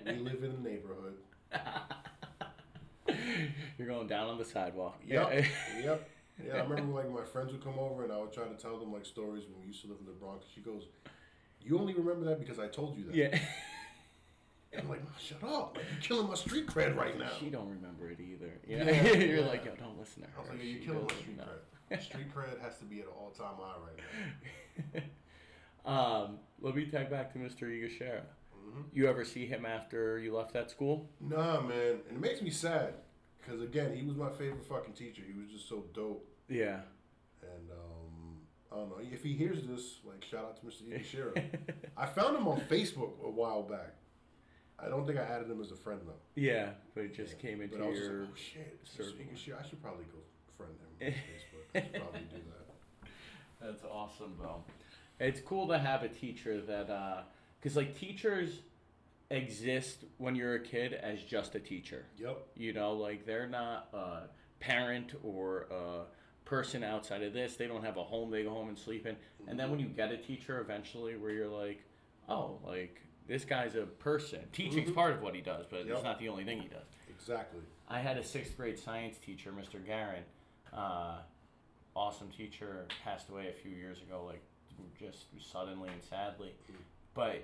Speaker 2: we live in the neighborhood.
Speaker 1: You're going down on the sidewalk.
Speaker 2: Yep. yep. Yeah, I remember like my friends would come over and I would try to tell them like stories when we used to live in the Bronx. She goes, "You only remember that because I told you that."
Speaker 1: Yeah.
Speaker 2: And I'm like, shut up! man. You're killing my street cred right now.
Speaker 1: She don't remember it either. Yeah,
Speaker 2: Yeah,
Speaker 1: you're
Speaker 2: yeah.
Speaker 1: like, yo, don't listen to her.
Speaker 2: I was like,
Speaker 1: She
Speaker 2: you're killing my
Speaker 1: doesn't
Speaker 2: street
Speaker 1: know."
Speaker 2: cred. Street cred has to be at an all-time high right now.
Speaker 1: um, let me tag back to Mr. Igashara.
Speaker 2: Mhm.
Speaker 1: You ever see him after you left that school?
Speaker 2: Nah, man, and it makes me sad because again, he was my favorite fucking teacher. He was just so dope,
Speaker 1: Yeah.
Speaker 2: and um, I don't know if he hears this. Like, shout out to Mr. Iggy Shira. I found him on Facebook a while back. I don't think I added him as a friend though.
Speaker 1: yeah, but it just came into
Speaker 2: But I was just
Speaker 1: your.
Speaker 2: like, oh shit, it's
Speaker 1: circle.
Speaker 2: Mr. Iggy Shira. I should probably go friend him on Facebook. I should probably do that.
Speaker 1: That's awesome, though. It's cool to have a teacher that, because like teachers exist when you're a kid as just a teacher.
Speaker 2: Yep.
Speaker 1: You know, like they're not a parent or a person outside of this. They don't have a home. They go home and sleep in. And then when you get a teacher eventually where you're like, oh, like this guy's a person. Teaching's part of what he does, but
Speaker 2: Yep.
Speaker 1: it's not the only thing he does.
Speaker 2: Exactly.
Speaker 1: I had a sixth grade science teacher, Mr. Garin. Uh, awesome teacher, passed away a few years ago, like just suddenly and sadly. But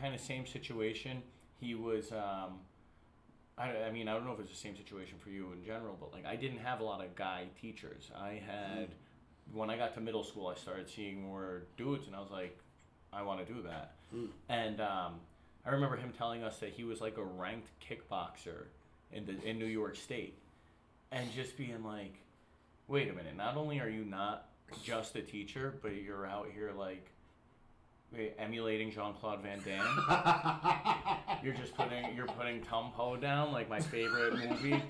Speaker 1: kind of same situation. He was, um, I, I mean, I don't know if it's the same situation for you in general, but like I didn't have a lot of guy teachers. I had, when I got to middle school, I started seeing more dudes, and I was like, I want to do that. And um, I remember him telling us that he was like a ranked kickboxer in the in New York State, and just being like, wait a minute, not only are you not just a teacher, but you're out here like emulating Jean Claude Van Damme. You're just putting you're putting Tum Po down like my favorite movie.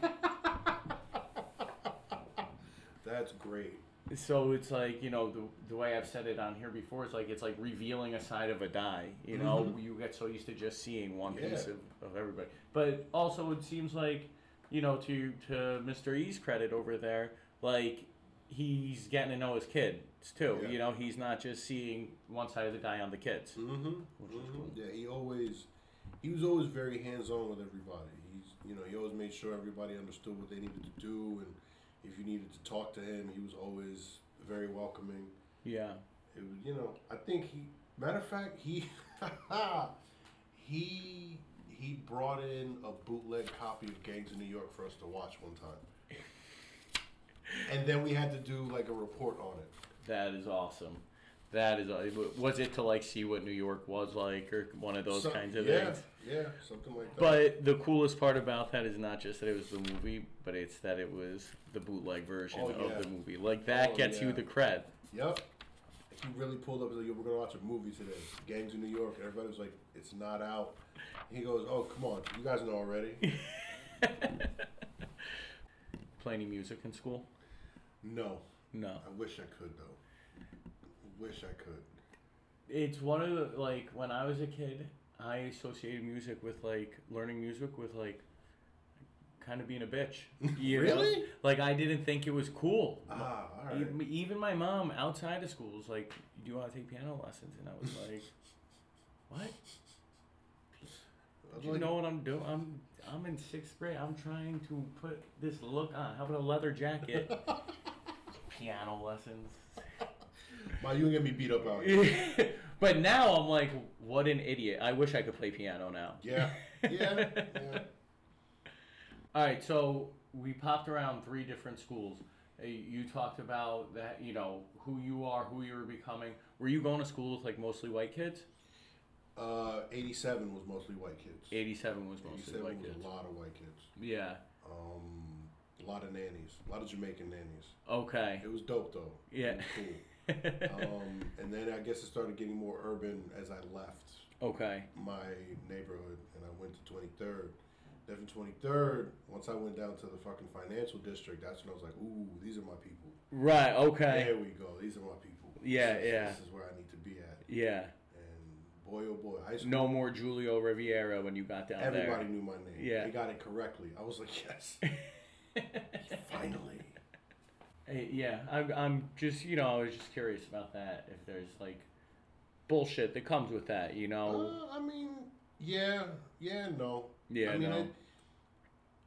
Speaker 2: That's great.
Speaker 1: So it's like you know the, the way I've said it on here before is like it's like revealing a side of a die. You know you get so used to just seeing one
Speaker 2: Mm-hmm. Yeah.
Speaker 1: piece of, of everybody, but also it seems like you know to to Mr. E's credit over there, like he's getting to know his kids too.
Speaker 2: Yeah.
Speaker 1: You know he's not just seeing one side of the die on the kids.
Speaker 2: Mm-hmm. Yeah, he always he was always very hands on with everybody. He's you know he always made sure everybody understood what they needed to do, and if you needed to talk to him, he was always very welcoming.
Speaker 1: Yeah,
Speaker 2: It was, you know I think he matter of fact he he he brought in a bootleg copy of Gangs of New York for us to watch one time. And then we had to do like a report on it.
Speaker 1: that is awesome. That is aw- was it to like see what New York was like or one of those
Speaker 2: Some-
Speaker 1: kinds of
Speaker 2: yeah,
Speaker 1: things.
Speaker 2: Yeah, something like that.
Speaker 1: But the coolest part about that is not just that it was the movie, but it's that it was the bootleg version
Speaker 2: Oh, yeah.
Speaker 1: of the movie. Like that
Speaker 2: Oh,
Speaker 1: gets you
Speaker 2: yeah.
Speaker 1: the cred.
Speaker 2: Yep. If you really pulled up and said, Yo, we're gonna watch a movie today, Gangs of New York, everybody was like, It's not out. He goes, Oh come on, you guys know already.
Speaker 1: Play any music in school?
Speaker 2: no.
Speaker 1: No.
Speaker 2: I wish I could though. Wish I could.
Speaker 1: It's one of the like when I was a kid, I associated music with like learning music with like kind of being a bitch. you know?
Speaker 2: Really?
Speaker 1: Like I didn't think it was cool.
Speaker 2: Ah, alright.
Speaker 1: Even, even my mom outside of school was like, "Do you want to take piano lessons?" And I was like, "What?"
Speaker 2: I was
Speaker 1: Do you
Speaker 2: like,
Speaker 1: know what I'm doing? I'm I'm in sixth grade. I'm trying to put this look on. How about a leather jacket? Piano lessons.
Speaker 2: Ma, you gonna get me beat up out here.
Speaker 1: but now I'm like, what an idiot. I wish I could play piano now.
Speaker 2: yeah. Yeah. Yeah.
Speaker 1: All right, so we popped around three different schools. Uh, You talked about that, you know, who you are, who you were becoming. Were you going to school with like mostly white kids?
Speaker 2: Uh, eighty seven was mostly white kids.
Speaker 1: 87 was mostly
Speaker 2: Eighty-seven
Speaker 1: white
Speaker 2: was
Speaker 1: kids.
Speaker 2: a lot of white kids.
Speaker 1: Yeah.
Speaker 2: Um, a lot of nannies, a lot of Jamaican nannies.
Speaker 1: Okay.
Speaker 2: It was dope though. It
Speaker 1: Yeah.
Speaker 2: was cool. um, and then I guess it started getting more urban as I left
Speaker 1: okay.
Speaker 2: my neighborhood and I went to 23rd. Then from 23rd, once I went down to the fucking financial district, that's when I was like, ooh, these are my people.
Speaker 1: Right. Okay.
Speaker 2: There we go. These are my people.
Speaker 1: Yeah,
Speaker 2: This is-
Speaker 1: yeah.
Speaker 2: This is where I need to be at.
Speaker 1: yeah.
Speaker 2: And boy, oh boy, high school.
Speaker 1: no more Julio Riviera when you got down
Speaker 2: Everybody knew my name.
Speaker 1: Yeah.
Speaker 2: They got it correctly. I was like, yes. Finally.
Speaker 1: there. Eh, Yeah, I'm, I'm just, you know, I was just curious about that. If there's like bullshit that comes with that, you know?
Speaker 2: Uh, I mean, yeah, yeah, no.
Speaker 1: Yeah,
Speaker 2: I mean,
Speaker 1: no.
Speaker 2: I,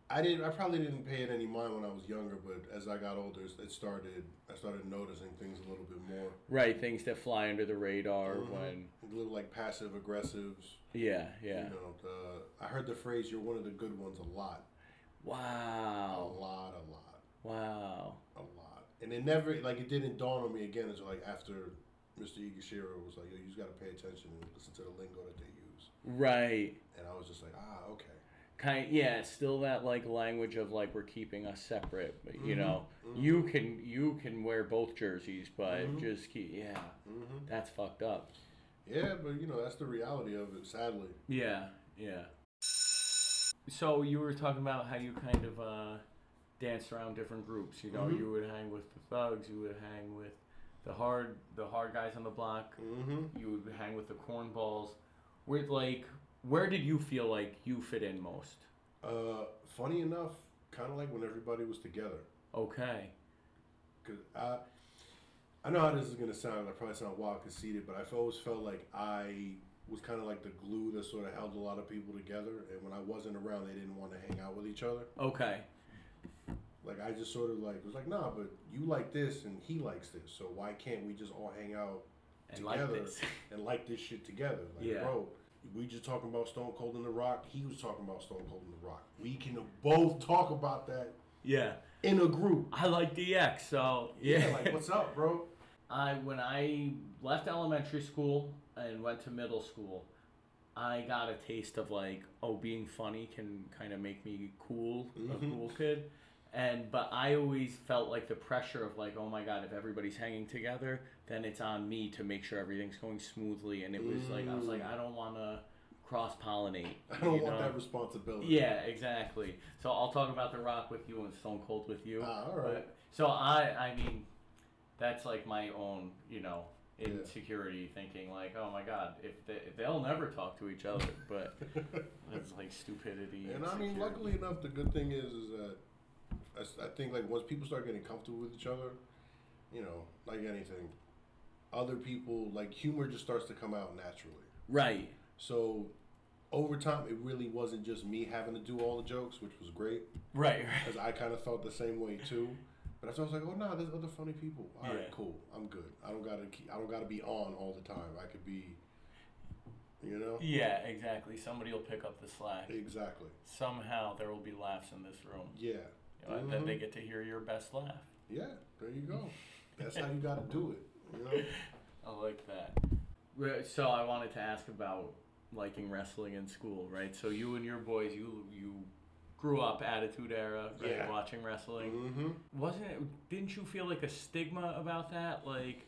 Speaker 2: I didn't. I probably didn't pay it any mind when I was younger, but as I got older, it started. I started noticing things a little bit more. Uh-huh.
Speaker 1: right, things that fly under the radar when
Speaker 2: little like passive aggressives.
Speaker 1: Yeah, yeah.
Speaker 2: You know, the, I heard the phrase "you're one of the good ones" a lot, a
Speaker 1: Wow.
Speaker 2: lot, a lot,
Speaker 1: Wow.
Speaker 2: a lot. And it never like it didn't dawn on me again until like after Mr. Igashira was like, "Yo, you just got to pay attention and listen to the lingo that they use."
Speaker 1: Right.
Speaker 2: And I was just like, "Ah, okay."
Speaker 1: Kind yeah, it's still that like language of like we're keeping us separate, but you
Speaker 2: Mhm,
Speaker 1: know, you can you can wear both jerseys, but
Speaker 2: Mhm.
Speaker 1: just keep yeah,
Speaker 2: Mm-hmm.
Speaker 1: that's fucked up.
Speaker 2: Yeah, but you know that's the reality of it. Sadly,
Speaker 1: Yeah, yeah. So you were talking about how you kind of uh, danced around different groups. You know,
Speaker 2: Mhm.
Speaker 1: you would hang with the thugs, you would hang with the hard the hard guys on the block,
Speaker 2: mm-hmm.
Speaker 1: you would hang with the cornballs. Where like where did you feel like you fit in most?
Speaker 2: uh, funny enough, kind of like when everybody was together.
Speaker 1: Okay.
Speaker 2: Cause I, I know how this is gonna sound. I probably sound wild, conceited, but I always felt like I was kind of like the glue that sort of held a lot of people together. And when I wasn't around, they didn't want to hang out with each other.
Speaker 1: Okay.
Speaker 2: Like I just sort of like was like, nah, but you like this and he likes this, so why can't we just all hang out
Speaker 1: And
Speaker 2: Together.
Speaker 1: like this.
Speaker 2: and like this shit together? Like,
Speaker 1: Yeah.
Speaker 2: bro, we just talking about Stone Cold and The Rock. He was talking about Stone Cold and The Rock. We can both talk about that
Speaker 1: yeah.
Speaker 2: in a group.
Speaker 1: I like DX, so yeah.
Speaker 2: Yeah, like what's up, bro?
Speaker 1: I when I left elementary school and went to middle school, I got a taste of like, oh, being funny can kind of make me cool, a
Speaker 2: Mhm.
Speaker 1: cool kid. And but I always felt like the pressure of like, oh my god, if everybody's hanging together, then it's on me to make sure everything's going smoothly. And it was like I was like,
Speaker 2: Mm.
Speaker 1: I don't want to cross pollinate.
Speaker 2: I don't want that responsibility.
Speaker 1: Yeah, exactly. So I'll talk about The Rock with you and Stone Cold with you.
Speaker 2: Ah, all right.
Speaker 1: But- So I, I mean, that's like my own, you know,
Speaker 2: Yeah.
Speaker 1: insecurity thinking like, oh my god, if they, they'll never talk to each other, but it's like stupidity.
Speaker 2: And I mean,
Speaker 1: insecurity.
Speaker 2: luckily enough, the good thing is, is that I s- I, think like once people start getting comfortable with each other, you know, like anything, other people like humor just starts to come out naturally.
Speaker 1: right?
Speaker 2: So over time, it really wasn't just me having to do all the jokes, which was great
Speaker 1: Right, right.
Speaker 2: because I kind of felt the same way too. But after I was like, oh no, there's other funny people. All right,
Speaker 1: Yeah.
Speaker 2: cool, I'm good. I don't gotta keep, I don't gotta be on all the time. I could be, you know,
Speaker 1: Yeah, exactly. Somebody will pick up the slack.
Speaker 2: exactly.
Speaker 1: Somehow there will be laughs in this room.
Speaker 2: Yeah,
Speaker 1: You know, and Then they
Speaker 2: Mhm.
Speaker 1: get to hear your best laugh.
Speaker 2: yeah. There you go. That's how you gotta do it. You know.
Speaker 1: I like that. Re- So I wanted to ask about liking wrestling in school, right? So you and your boys, you you grew up Attitude Era, right?
Speaker 2: Yeah.
Speaker 1: Watching wrestling.
Speaker 2: Mm-hmm.
Speaker 1: Wasn't it? Didn't you feel like a stigma about that? Like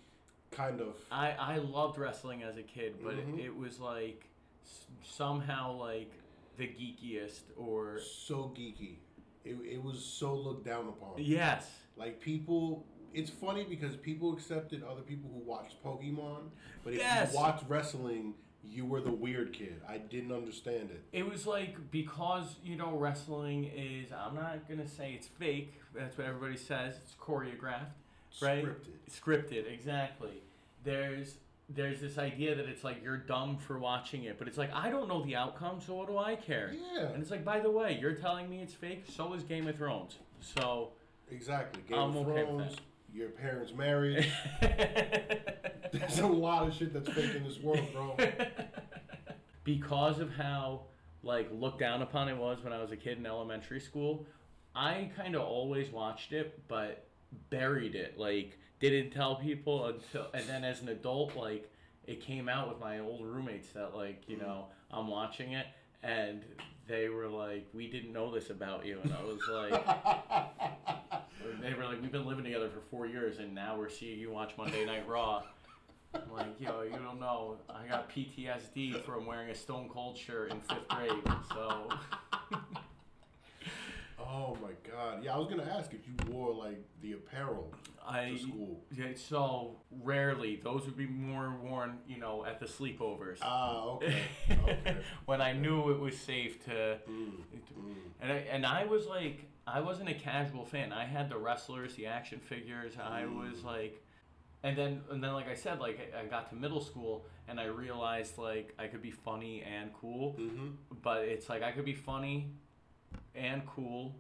Speaker 2: Kind of.
Speaker 1: I I loved wrestling as a kid, but
Speaker 2: Mhm.
Speaker 1: it, it was like s- somehow like the geekiest or
Speaker 2: So geeky. It, it was so looked down upon.
Speaker 1: yes,
Speaker 2: Like people. It's funny because people accepted other people who watched Pokemon, but if
Speaker 1: Yes.
Speaker 2: you watched wrestling, you were the weird kid. I didn't understand it.
Speaker 1: It was like because you know wrestling is I'm not gonna say it's fake. That's what everybody says. It's choreographed, right?
Speaker 2: Scripted.
Speaker 1: Scripted, exactly. There's there's this idea that it's like you're dumb for watching it, but it's like I don't know the outcome, so what do I care?
Speaker 2: Yeah.
Speaker 1: And it's like, by the way, you're telling me it's fake. So is Game of Thrones. So
Speaker 2: Exactly. Game
Speaker 1: I'm
Speaker 2: of
Speaker 1: okay with
Speaker 2: Thrones.
Speaker 1: that.
Speaker 2: Your parents married. There's
Speaker 1: there's
Speaker 2: a lot of shit that's fake in this world, bro.
Speaker 1: because of how like looked down upon it was when I was a kid in elementary school, I kind of always watched it, but buried it. Like didn't tell people until, and then as an adult, like it came out with my old roommates that like you know I'm watching it, and they were like, "We didn't know this about you," and I was like. They were like, we've been living together for four years, and now we're seeing you watch Monday Night Raw. I'm like, yo, you don't know. I got PTSD from wearing a Stone Cold shirt in fifth grade. So,
Speaker 2: oh my god. Yeah, I was gonna ask if you wore like the apparel to
Speaker 1: I.
Speaker 2: school.
Speaker 1: yeah, So rarely those would be more worn, you know, at the sleepovers
Speaker 2: Ah, okay. Okay.
Speaker 1: when I knew it was safe to.
Speaker 2: Mm, mm.
Speaker 1: And I, and I was like, I wasn't a casual fan. I had the wrestlers, the action figures. I
Speaker 2: Mm.
Speaker 1: was like, and then and then like I said, like I I got to middle school and I realized like I could be funny and cool.
Speaker 2: Mm-hmm.
Speaker 1: But it's like I could be funny and cool,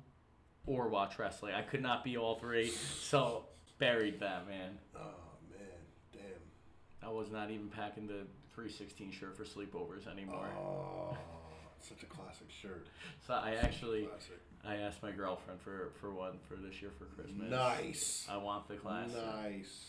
Speaker 1: or watch wrestling. I could not be all three. So buried that man.
Speaker 2: Oh man, damn.
Speaker 1: I I was not even packing the 316 shirt for sleepovers anymore.
Speaker 2: Oh, such a classic shirt.
Speaker 1: so I actually
Speaker 2: Classic.
Speaker 1: I asked my girlfriend for for one for this year for Christmas.
Speaker 2: Nice.
Speaker 1: I want the class.
Speaker 2: Nice.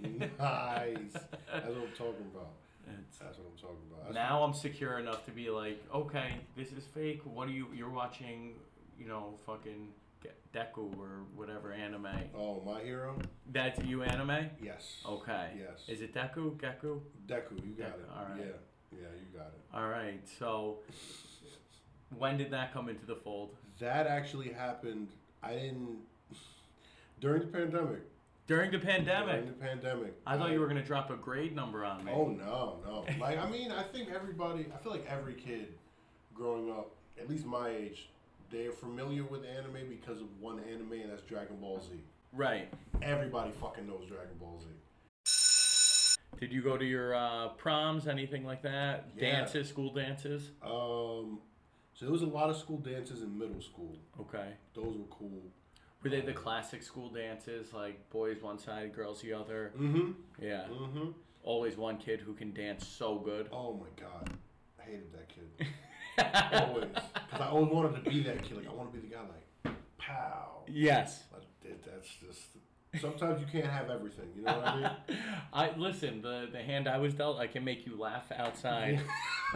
Speaker 2: nice. That's what I'm talking about.
Speaker 1: It's-
Speaker 2: That's what I'm talking about. That's
Speaker 1: now I'm secure enough to be like, okay, this is fake. What are you? You're watching, you know, fucking Ge- Deku or whatever anime.
Speaker 2: Oh, my hero?
Speaker 1: That's you anime.
Speaker 2: Yes.
Speaker 1: Okay.
Speaker 2: Yes.
Speaker 1: Is it Deku? Geku?
Speaker 2: Deku, you got
Speaker 1: Deku,
Speaker 2: it.
Speaker 1: alright.
Speaker 2: Yeah. Yeah, you got it.
Speaker 1: All right. So, when did that come into the fold?
Speaker 2: That actually happened. I didn't. During the pandemic.
Speaker 1: During the pandemic.
Speaker 2: During the pandemic.
Speaker 1: I thought you were gonna drop a grade number on me.
Speaker 2: Oh no, no. Like I mean, I think everybody. I feel like every kid growing up, at least my age, they're familiar with anime because of one anime, and that's Dragon Ball Z.
Speaker 1: Right.
Speaker 2: Everybody fucking knows Dragon Ball Z.
Speaker 1: Did you go to your uh, proms, anything like that?
Speaker 2: Yeah.
Speaker 1: Dances, school dances.
Speaker 2: Um, so there was a lot of school dances in middle school.
Speaker 1: Okay.
Speaker 2: Those were cool. Um,
Speaker 1: Were they the classic school dances, like boys one side, girls the other?
Speaker 2: Mm-hmm.
Speaker 1: Yeah.
Speaker 2: Mm-hmm.
Speaker 1: Always one kid who can dance so good.
Speaker 2: Oh my god, I hated that kid. always, because I always wanted to be that kid. Like I want to be the guy like, pow.
Speaker 1: Yes.
Speaker 2: But it, that's just. Sometimes you can't have everything. You know what I mean?
Speaker 1: I listen. The the hand I was dealt, I can make you laugh outside.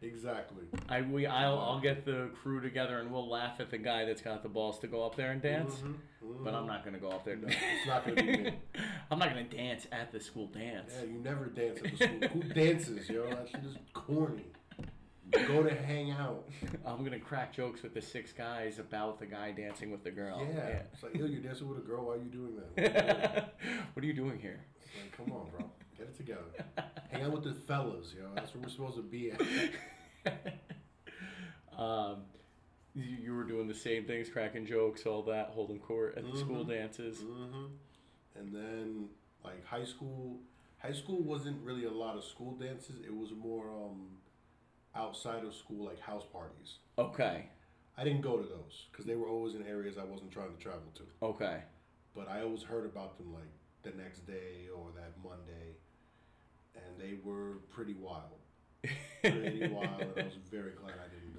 Speaker 2: exactly.
Speaker 1: I we I'll, I'll get the crew together and we'll laugh at the guy that's got the balls to go up there and dance.
Speaker 2: Mm-hmm.
Speaker 1: But I'm not gonna go up there.
Speaker 2: No, Mm-hmm. it's not gonna be me.
Speaker 1: I'm not gonna dance at the school dance.
Speaker 2: Yeah, you never dance at the school. Who dances, yo? That shit is corny. Go to hang out.
Speaker 1: I'm gonna crack jokes with the six guys about the guy dancing with the girl.
Speaker 2: yeah. It's like, yo, you're dancing with a girl. Why are you doing that?
Speaker 1: what are you doing here?
Speaker 2: It's like, come on, bro. Get it together. Hang out with the fellas, yo. That's where we're supposed to be at.
Speaker 1: Um, you, you were doing the same things, cracking jokes, all that, holding court at the
Speaker 2: Mm-hmm.
Speaker 1: school dances.
Speaker 2: hmm And then, like, high school. High school wasn't really a lot of school dances. It was more um, outside of school, like house parties.
Speaker 1: Okay,
Speaker 2: I didn't go to those because they were always in areas I wasn't trying to travel to.
Speaker 1: okay.
Speaker 2: But I always heard about them like the next day or that Monday, and they were pretty wild, pretty wild. And I was very glad I didn't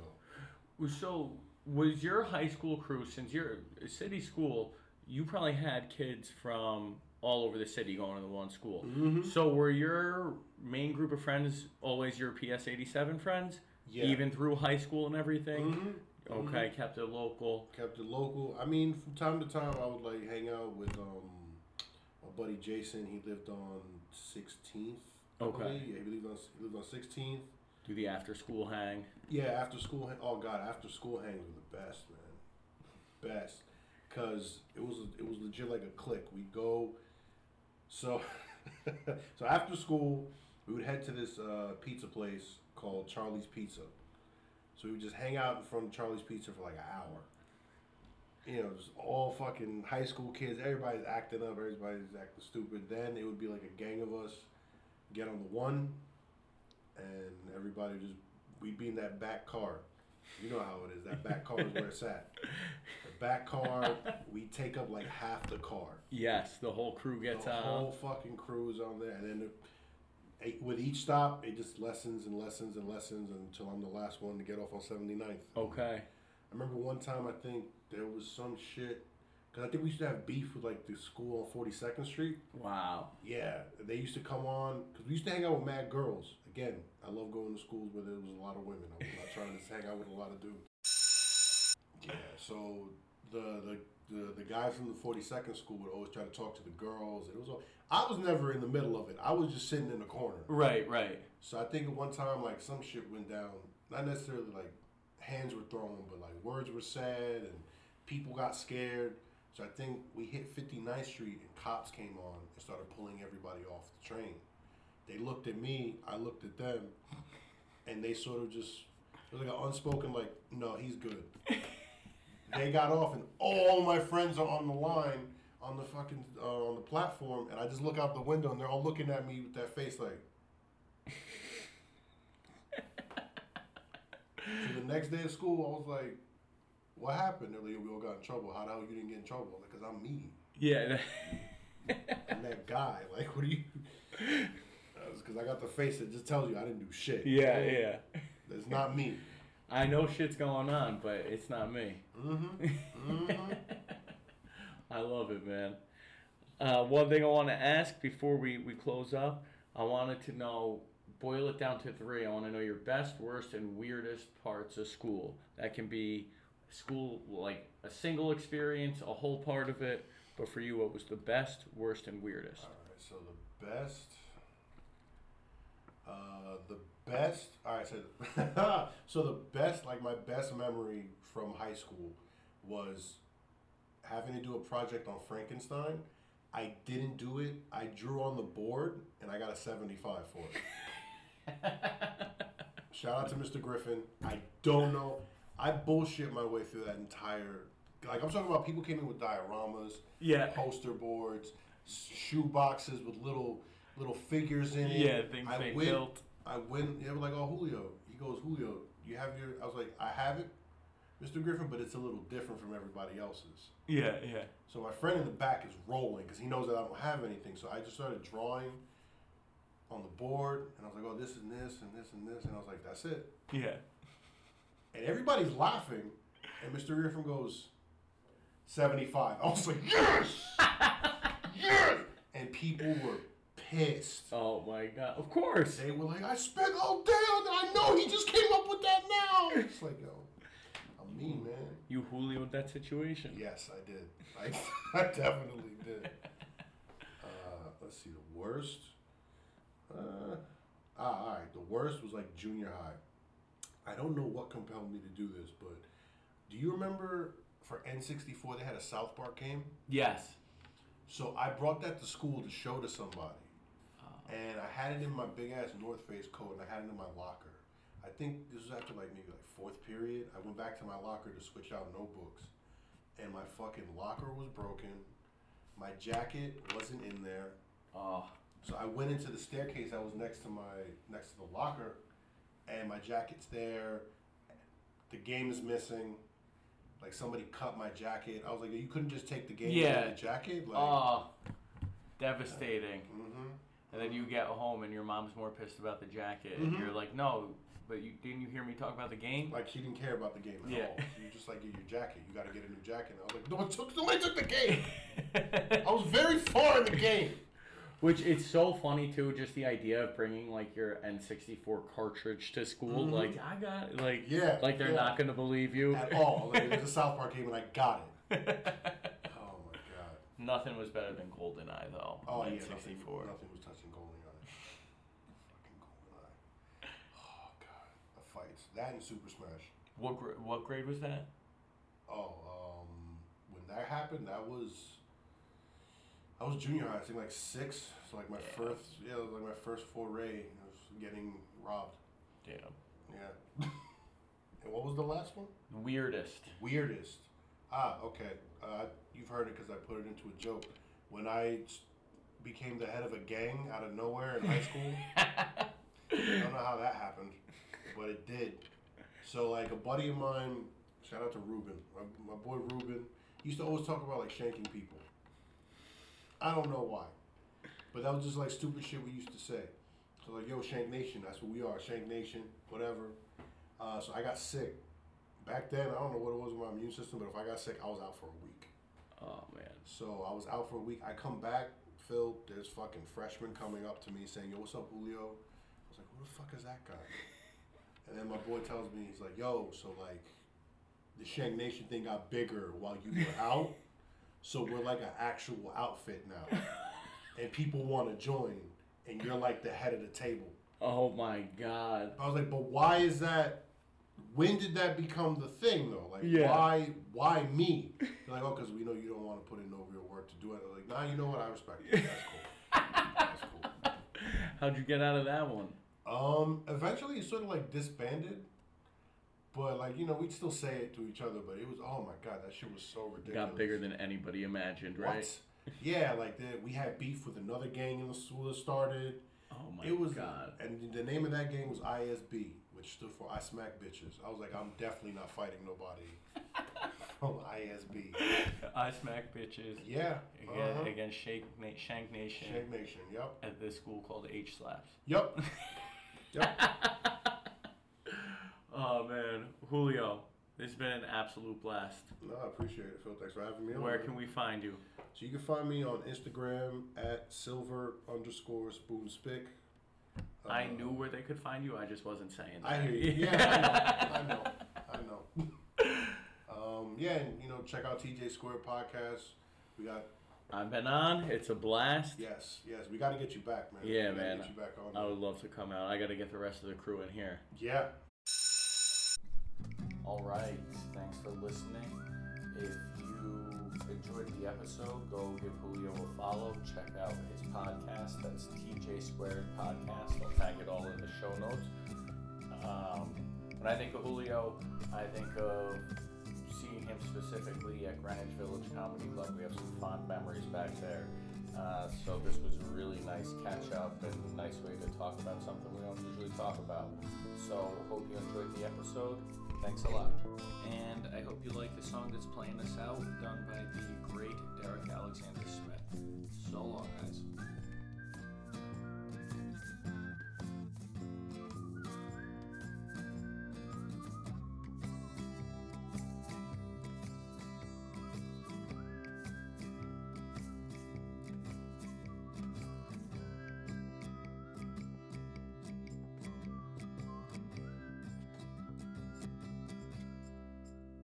Speaker 2: go.
Speaker 1: So, was your high school crew, since you're a city school, you probably had kids from all over the city going to the one school.
Speaker 2: Mm-hmm.
Speaker 1: So, were your main group of friends always your PS 87 friends?
Speaker 2: Yeah.
Speaker 1: Even through high school and everything?
Speaker 2: Mhm.
Speaker 1: Okay, kept it local.
Speaker 2: Kept it local. I mean, from time to time, I would like hang out with um, my buddy Jason. He lived on Sixteenth.
Speaker 1: Okay.
Speaker 2: Yeah, he lived on he lived on Sixteenth.
Speaker 1: Do the after school hang.
Speaker 2: Yeah, after school. hang- Oh God, after school hangs were the best, man. Best, cause it was it was legit like a click. We go, so so after school we would head to this uh, pizza place called Charlie's Pizza. So we would just hang out in front of Charlie's Pizza for like an hour. You know, just all fucking high school kids. Everybody's acting up. Everybody's acting stupid. Then it would be like a gang of us get on the one, and everybody just we'd be in that back car. You know how it is. That back car is where it's at. The back car, we take up like half the car.
Speaker 1: Yes, the whole crew gets
Speaker 2: the
Speaker 1: out.
Speaker 2: whole fucking crew is on there, and then it, with each stop, it just lessens and lessens and lessens until I'm the last one to get off on 79th.
Speaker 1: Okay.
Speaker 2: I remember one time I think there was some shit because I think we used to have beef with like the school on 42nd Street.
Speaker 1: Wow.
Speaker 2: Yeah, they used to come on because we used to hang out with mad girls. Again, I love going to schools where there was a lot of women. I was not trying to just hang out with a lot of dudes. Yeah, so the the. The, the guys from the 42nd school would always try to talk to the girls. It was all, I was never in the middle of it. I was just sitting in the corner.
Speaker 1: Right, right.
Speaker 2: So I think at one time, like some shit went down. Not necessarily like hands were thrown, but like words were said and people got scared. So I think we hit 59th Street and cops came on and started pulling everybody off the train. They looked at me, I looked at them, and they sort of just it was like an unspoken like, no, he's good. they got off and all my friends are on the line on the fucking uh, on the platform, and I just look out the window and they're all looking at me with that face like. So the next day of school, I was like, "What happened?" They're like, "We all got in trouble. How the hell you didn't get in trouble?" Because I'm me.
Speaker 1: Yeah.
Speaker 2: I'm that guy. Like, what do you? because I got the face that just tells you I didn't do shit.
Speaker 1: Yeah, yeah.
Speaker 2: It's not me.
Speaker 1: I know shit's going on, but it's not me.
Speaker 2: Mm-hmm. Mhm.
Speaker 1: I love it, man. Uh, one thing I want to ask before we, we close up, I wanted to know, boil it down to three. I want to know your best, worst, and weirdest parts of school. That can be school, like a single experience, a whole part of it. But for you, what was the best, worst, and weirdest?
Speaker 2: All right, so the best. Uh, the best. All right, so so the best, like my best memory from high school, was having to do a project on Frankenstein. I didn't do it. I drew on the board, and I got a seventy-five for it. Shout out to Mr. Griffin. I don't know. I bullshit my way through that entire. Like I'm talking about, people came in with dioramas
Speaker 1: Yeah.
Speaker 2: poster boards, shoe boxes with little little figures in it.
Speaker 1: Yeah, things
Speaker 2: I
Speaker 1: they
Speaker 2: went,
Speaker 1: built.
Speaker 2: I went. They were like, "Oh, Julio." He goes, "Julio, you have your." I was like, "I have it, Mr. Griffin, but it's a little different from everybody else's."
Speaker 1: Yeah, yeah.
Speaker 2: So my friend in the back is rolling because he knows that I don't have anything. So I just started drawing on the board, and I was like, "Oh, this and this and this and this," and I was like, "That's it."
Speaker 1: Yeah.
Speaker 2: And everybody's laughing, and Mr. Griffin goes, 75. I was like, yes! yes! And people were pissed.
Speaker 1: Oh my god. Of course.
Speaker 2: They were like, I spent all day on that. I know he just came up with that now. It's like, yo, I'm mean, man.
Speaker 1: You Julioed that situation.
Speaker 2: Yes, I did. I, I definitely did. Uh, let's see, the worst. Uh, ah, all right, the worst was like junior high. I don't know what compelled me to do this, but do you remember for N64 they had a South Park game?
Speaker 1: Yes.
Speaker 2: So I brought that to school to show to somebody.
Speaker 1: Oh.
Speaker 2: And I had it in my big ass North Face coat and I had it in my locker. I think this was after like maybe like fourth period. I went back to my locker to switch out notebooks. And my fucking locker was broken. My jacket wasn't in there.
Speaker 3: Oh,
Speaker 2: So I went into the staircase that was next to my next to the locker and my jacket's there. The game is missing. Like somebody cut my jacket. I was like, you couldn't just take the game
Speaker 1: Yeah.
Speaker 2: and the jacket? Like
Speaker 1: Oh, devastating.
Speaker 2: hmm
Speaker 1: And then you get home and your mom's more pissed about the jacket, and
Speaker 2: Mhm.
Speaker 1: you're like, "No, but you didn't you hear me talk about the game?"
Speaker 2: Like he didn't care about the game at
Speaker 1: Yeah.
Speaker 2: all. You just like get your jacket. You got to get a new jacket. And I was like, no one took. Somebody took the game. I was very far in the game.
Speaker 1: Which it's so funny too, just the idea of bringing like your N64 cartridge to school.
Speaker 2: Mhm.
Speaker 1: Like I got it," like
Speaker 2: Yeah,
Speaker 1: like they're
Speaker 2: yeah.
Speaker 1: not gonna believe you
Speaker 2: At all. Like, it was a South Park game, and I got it. Oh my god.
Speaker 1: Nothing was better than GoldenEye though.
Speaker 2: Oh
Speaker 1: on
Speaker 2: yeah. Nothing,
Speaker 1: N64.
Speaker 2: nothing was touching Golden on it. Fucking Golden Oh god. The fights. That and Super Smash.
Speaker 1: What gr- what grade was that?
Speaker 2: Oh, um, when that happened, that was I was junior high. I think like six. So like my first, yeah, it was like my first foray. I was getting robbed.
Speaker 1: Damn.
Speaker 2: Yeah. and what was the last one?
Speaker 1: Weirdest.
Speaker 2: Weirdest. Ah, okay. Uh, you've heard it because I put it into a joke. When I s- became the head of a gang out of nowhere in high school, I don't know how that happened, but it did. So, like, a buddy of mine, shout out to Ruben, my, my boy Ruben, he used to always talk about, like, shanking people. I don't know why, but that was just, like, stupid shit we used to say. So, like, yo, Shank Nation, that's what we are, Shank Nation, whatever. Uh, so, I got sick. Back then, I don't know what it was with my immune system, but if I got sick, I was out for a week.
Speaker 1: Oh man.
Speaker 2: So I was out for a week. I come back, Phil. There's fucking freshmen coming up to me saying, "Yo, what's up, Julio?" I was like, "Who the fuck is that guy?" And then my boy tells me, he's like, "Yo, so like, the Shang Nation thing got bigger while you were out, so we're like an actual outfit now, and people want to join, and you're like the head of the table."
Speaker 1: Oh my god.
Speaker 2: I was like, "But why is that?" When did that become the thing though? Like,
Speaker 1: Yeah.
Speaker 2: why, why me? They're like, oh, because we know you don't want to put in no real work to do it. They're like, nah, you know what? I respect you. That's cool. That's
Speaker 1: How'd you get out of that one?
Speaker 2: cool. Um, eventually, it sort of like disbanded, but like you know, we'd still say it to each other. But it was, oh my god, that shit was so ridiculous.
Speaker 1: Got bigger than anybody imagined,
Speaker 2: what?
Speaker 1: right?
Speaker 2: Yeah, like that. We had beef with another gang in the school that started.
Speaker 1: Oh my
Speaker 2: it was,
Speaker 1: god.
Speaker 2: and the name of that game was ISB, which stood for I Smack Bitches. I was like, I'm definitely not fighting nobody from ISB.
Speaker 4: I smack bitches
Speaker 2: Yeah.
Speaker 4: against,
Speaker 2: Uh-huh.
Speaker 4: against Shank, Na- Shank Nation
Speaker 2: Shake Nation. Yep.
Speaker 4: at this school called H Slaps.
Speaker 2: Yep. Yep.
Speaker 4: Oh man, Julio, this has been an absolute blast.
Speaker 2: No, I appreciate it, Phil. Thanks for having me on.
Speaker 4: Where
Speaker 2: man.
Speaker 4: can we find you?
Speaker 2: So you can find me on Instagram at silver underscore spoon spick.
Speaker 4: I
Speaker 2: Uh,
Speaker 4: knew where they could find you. I just wasn't saying.
Speaker 2: I
Speaker 4: that.
Speaker 2: hear you. Yeah, I know. I know. I know. um, yeah, and you know, check out TJ Square podcast. We got
Speaker 4: I've been on. It's a blast.
Speaker 2: yes, yes. We got to get you back, man.
Speaker 4: Yeah,
Speaker 2: we gotta
Speaker 4: man.
Speaker 2: Get you back on.
Speaker 1: Oh.
Speaker 4: I would love to come out. I got to get the rest of the crew in here.
Speaker 2: yeah.
Speaker 1: All right. Thanks for listening. If you enjoyed the episode, go give Julio a follow. Check out his podcast. That's TJ Squared Podcast. I'll tag it all in the show notes. Um, when I think of Julio, I think of seeing him specifically at Greenwich Village Comedy Club. We have some fond memories back there. Uh, so this was a really nice catch up and a nice way to talk about something we don't usually talk about. So hope you enjoyed the episode. Thanks a lot. And I hope you like the song that's playing us out, done by the great Derek Alexander Smith. So long, guys.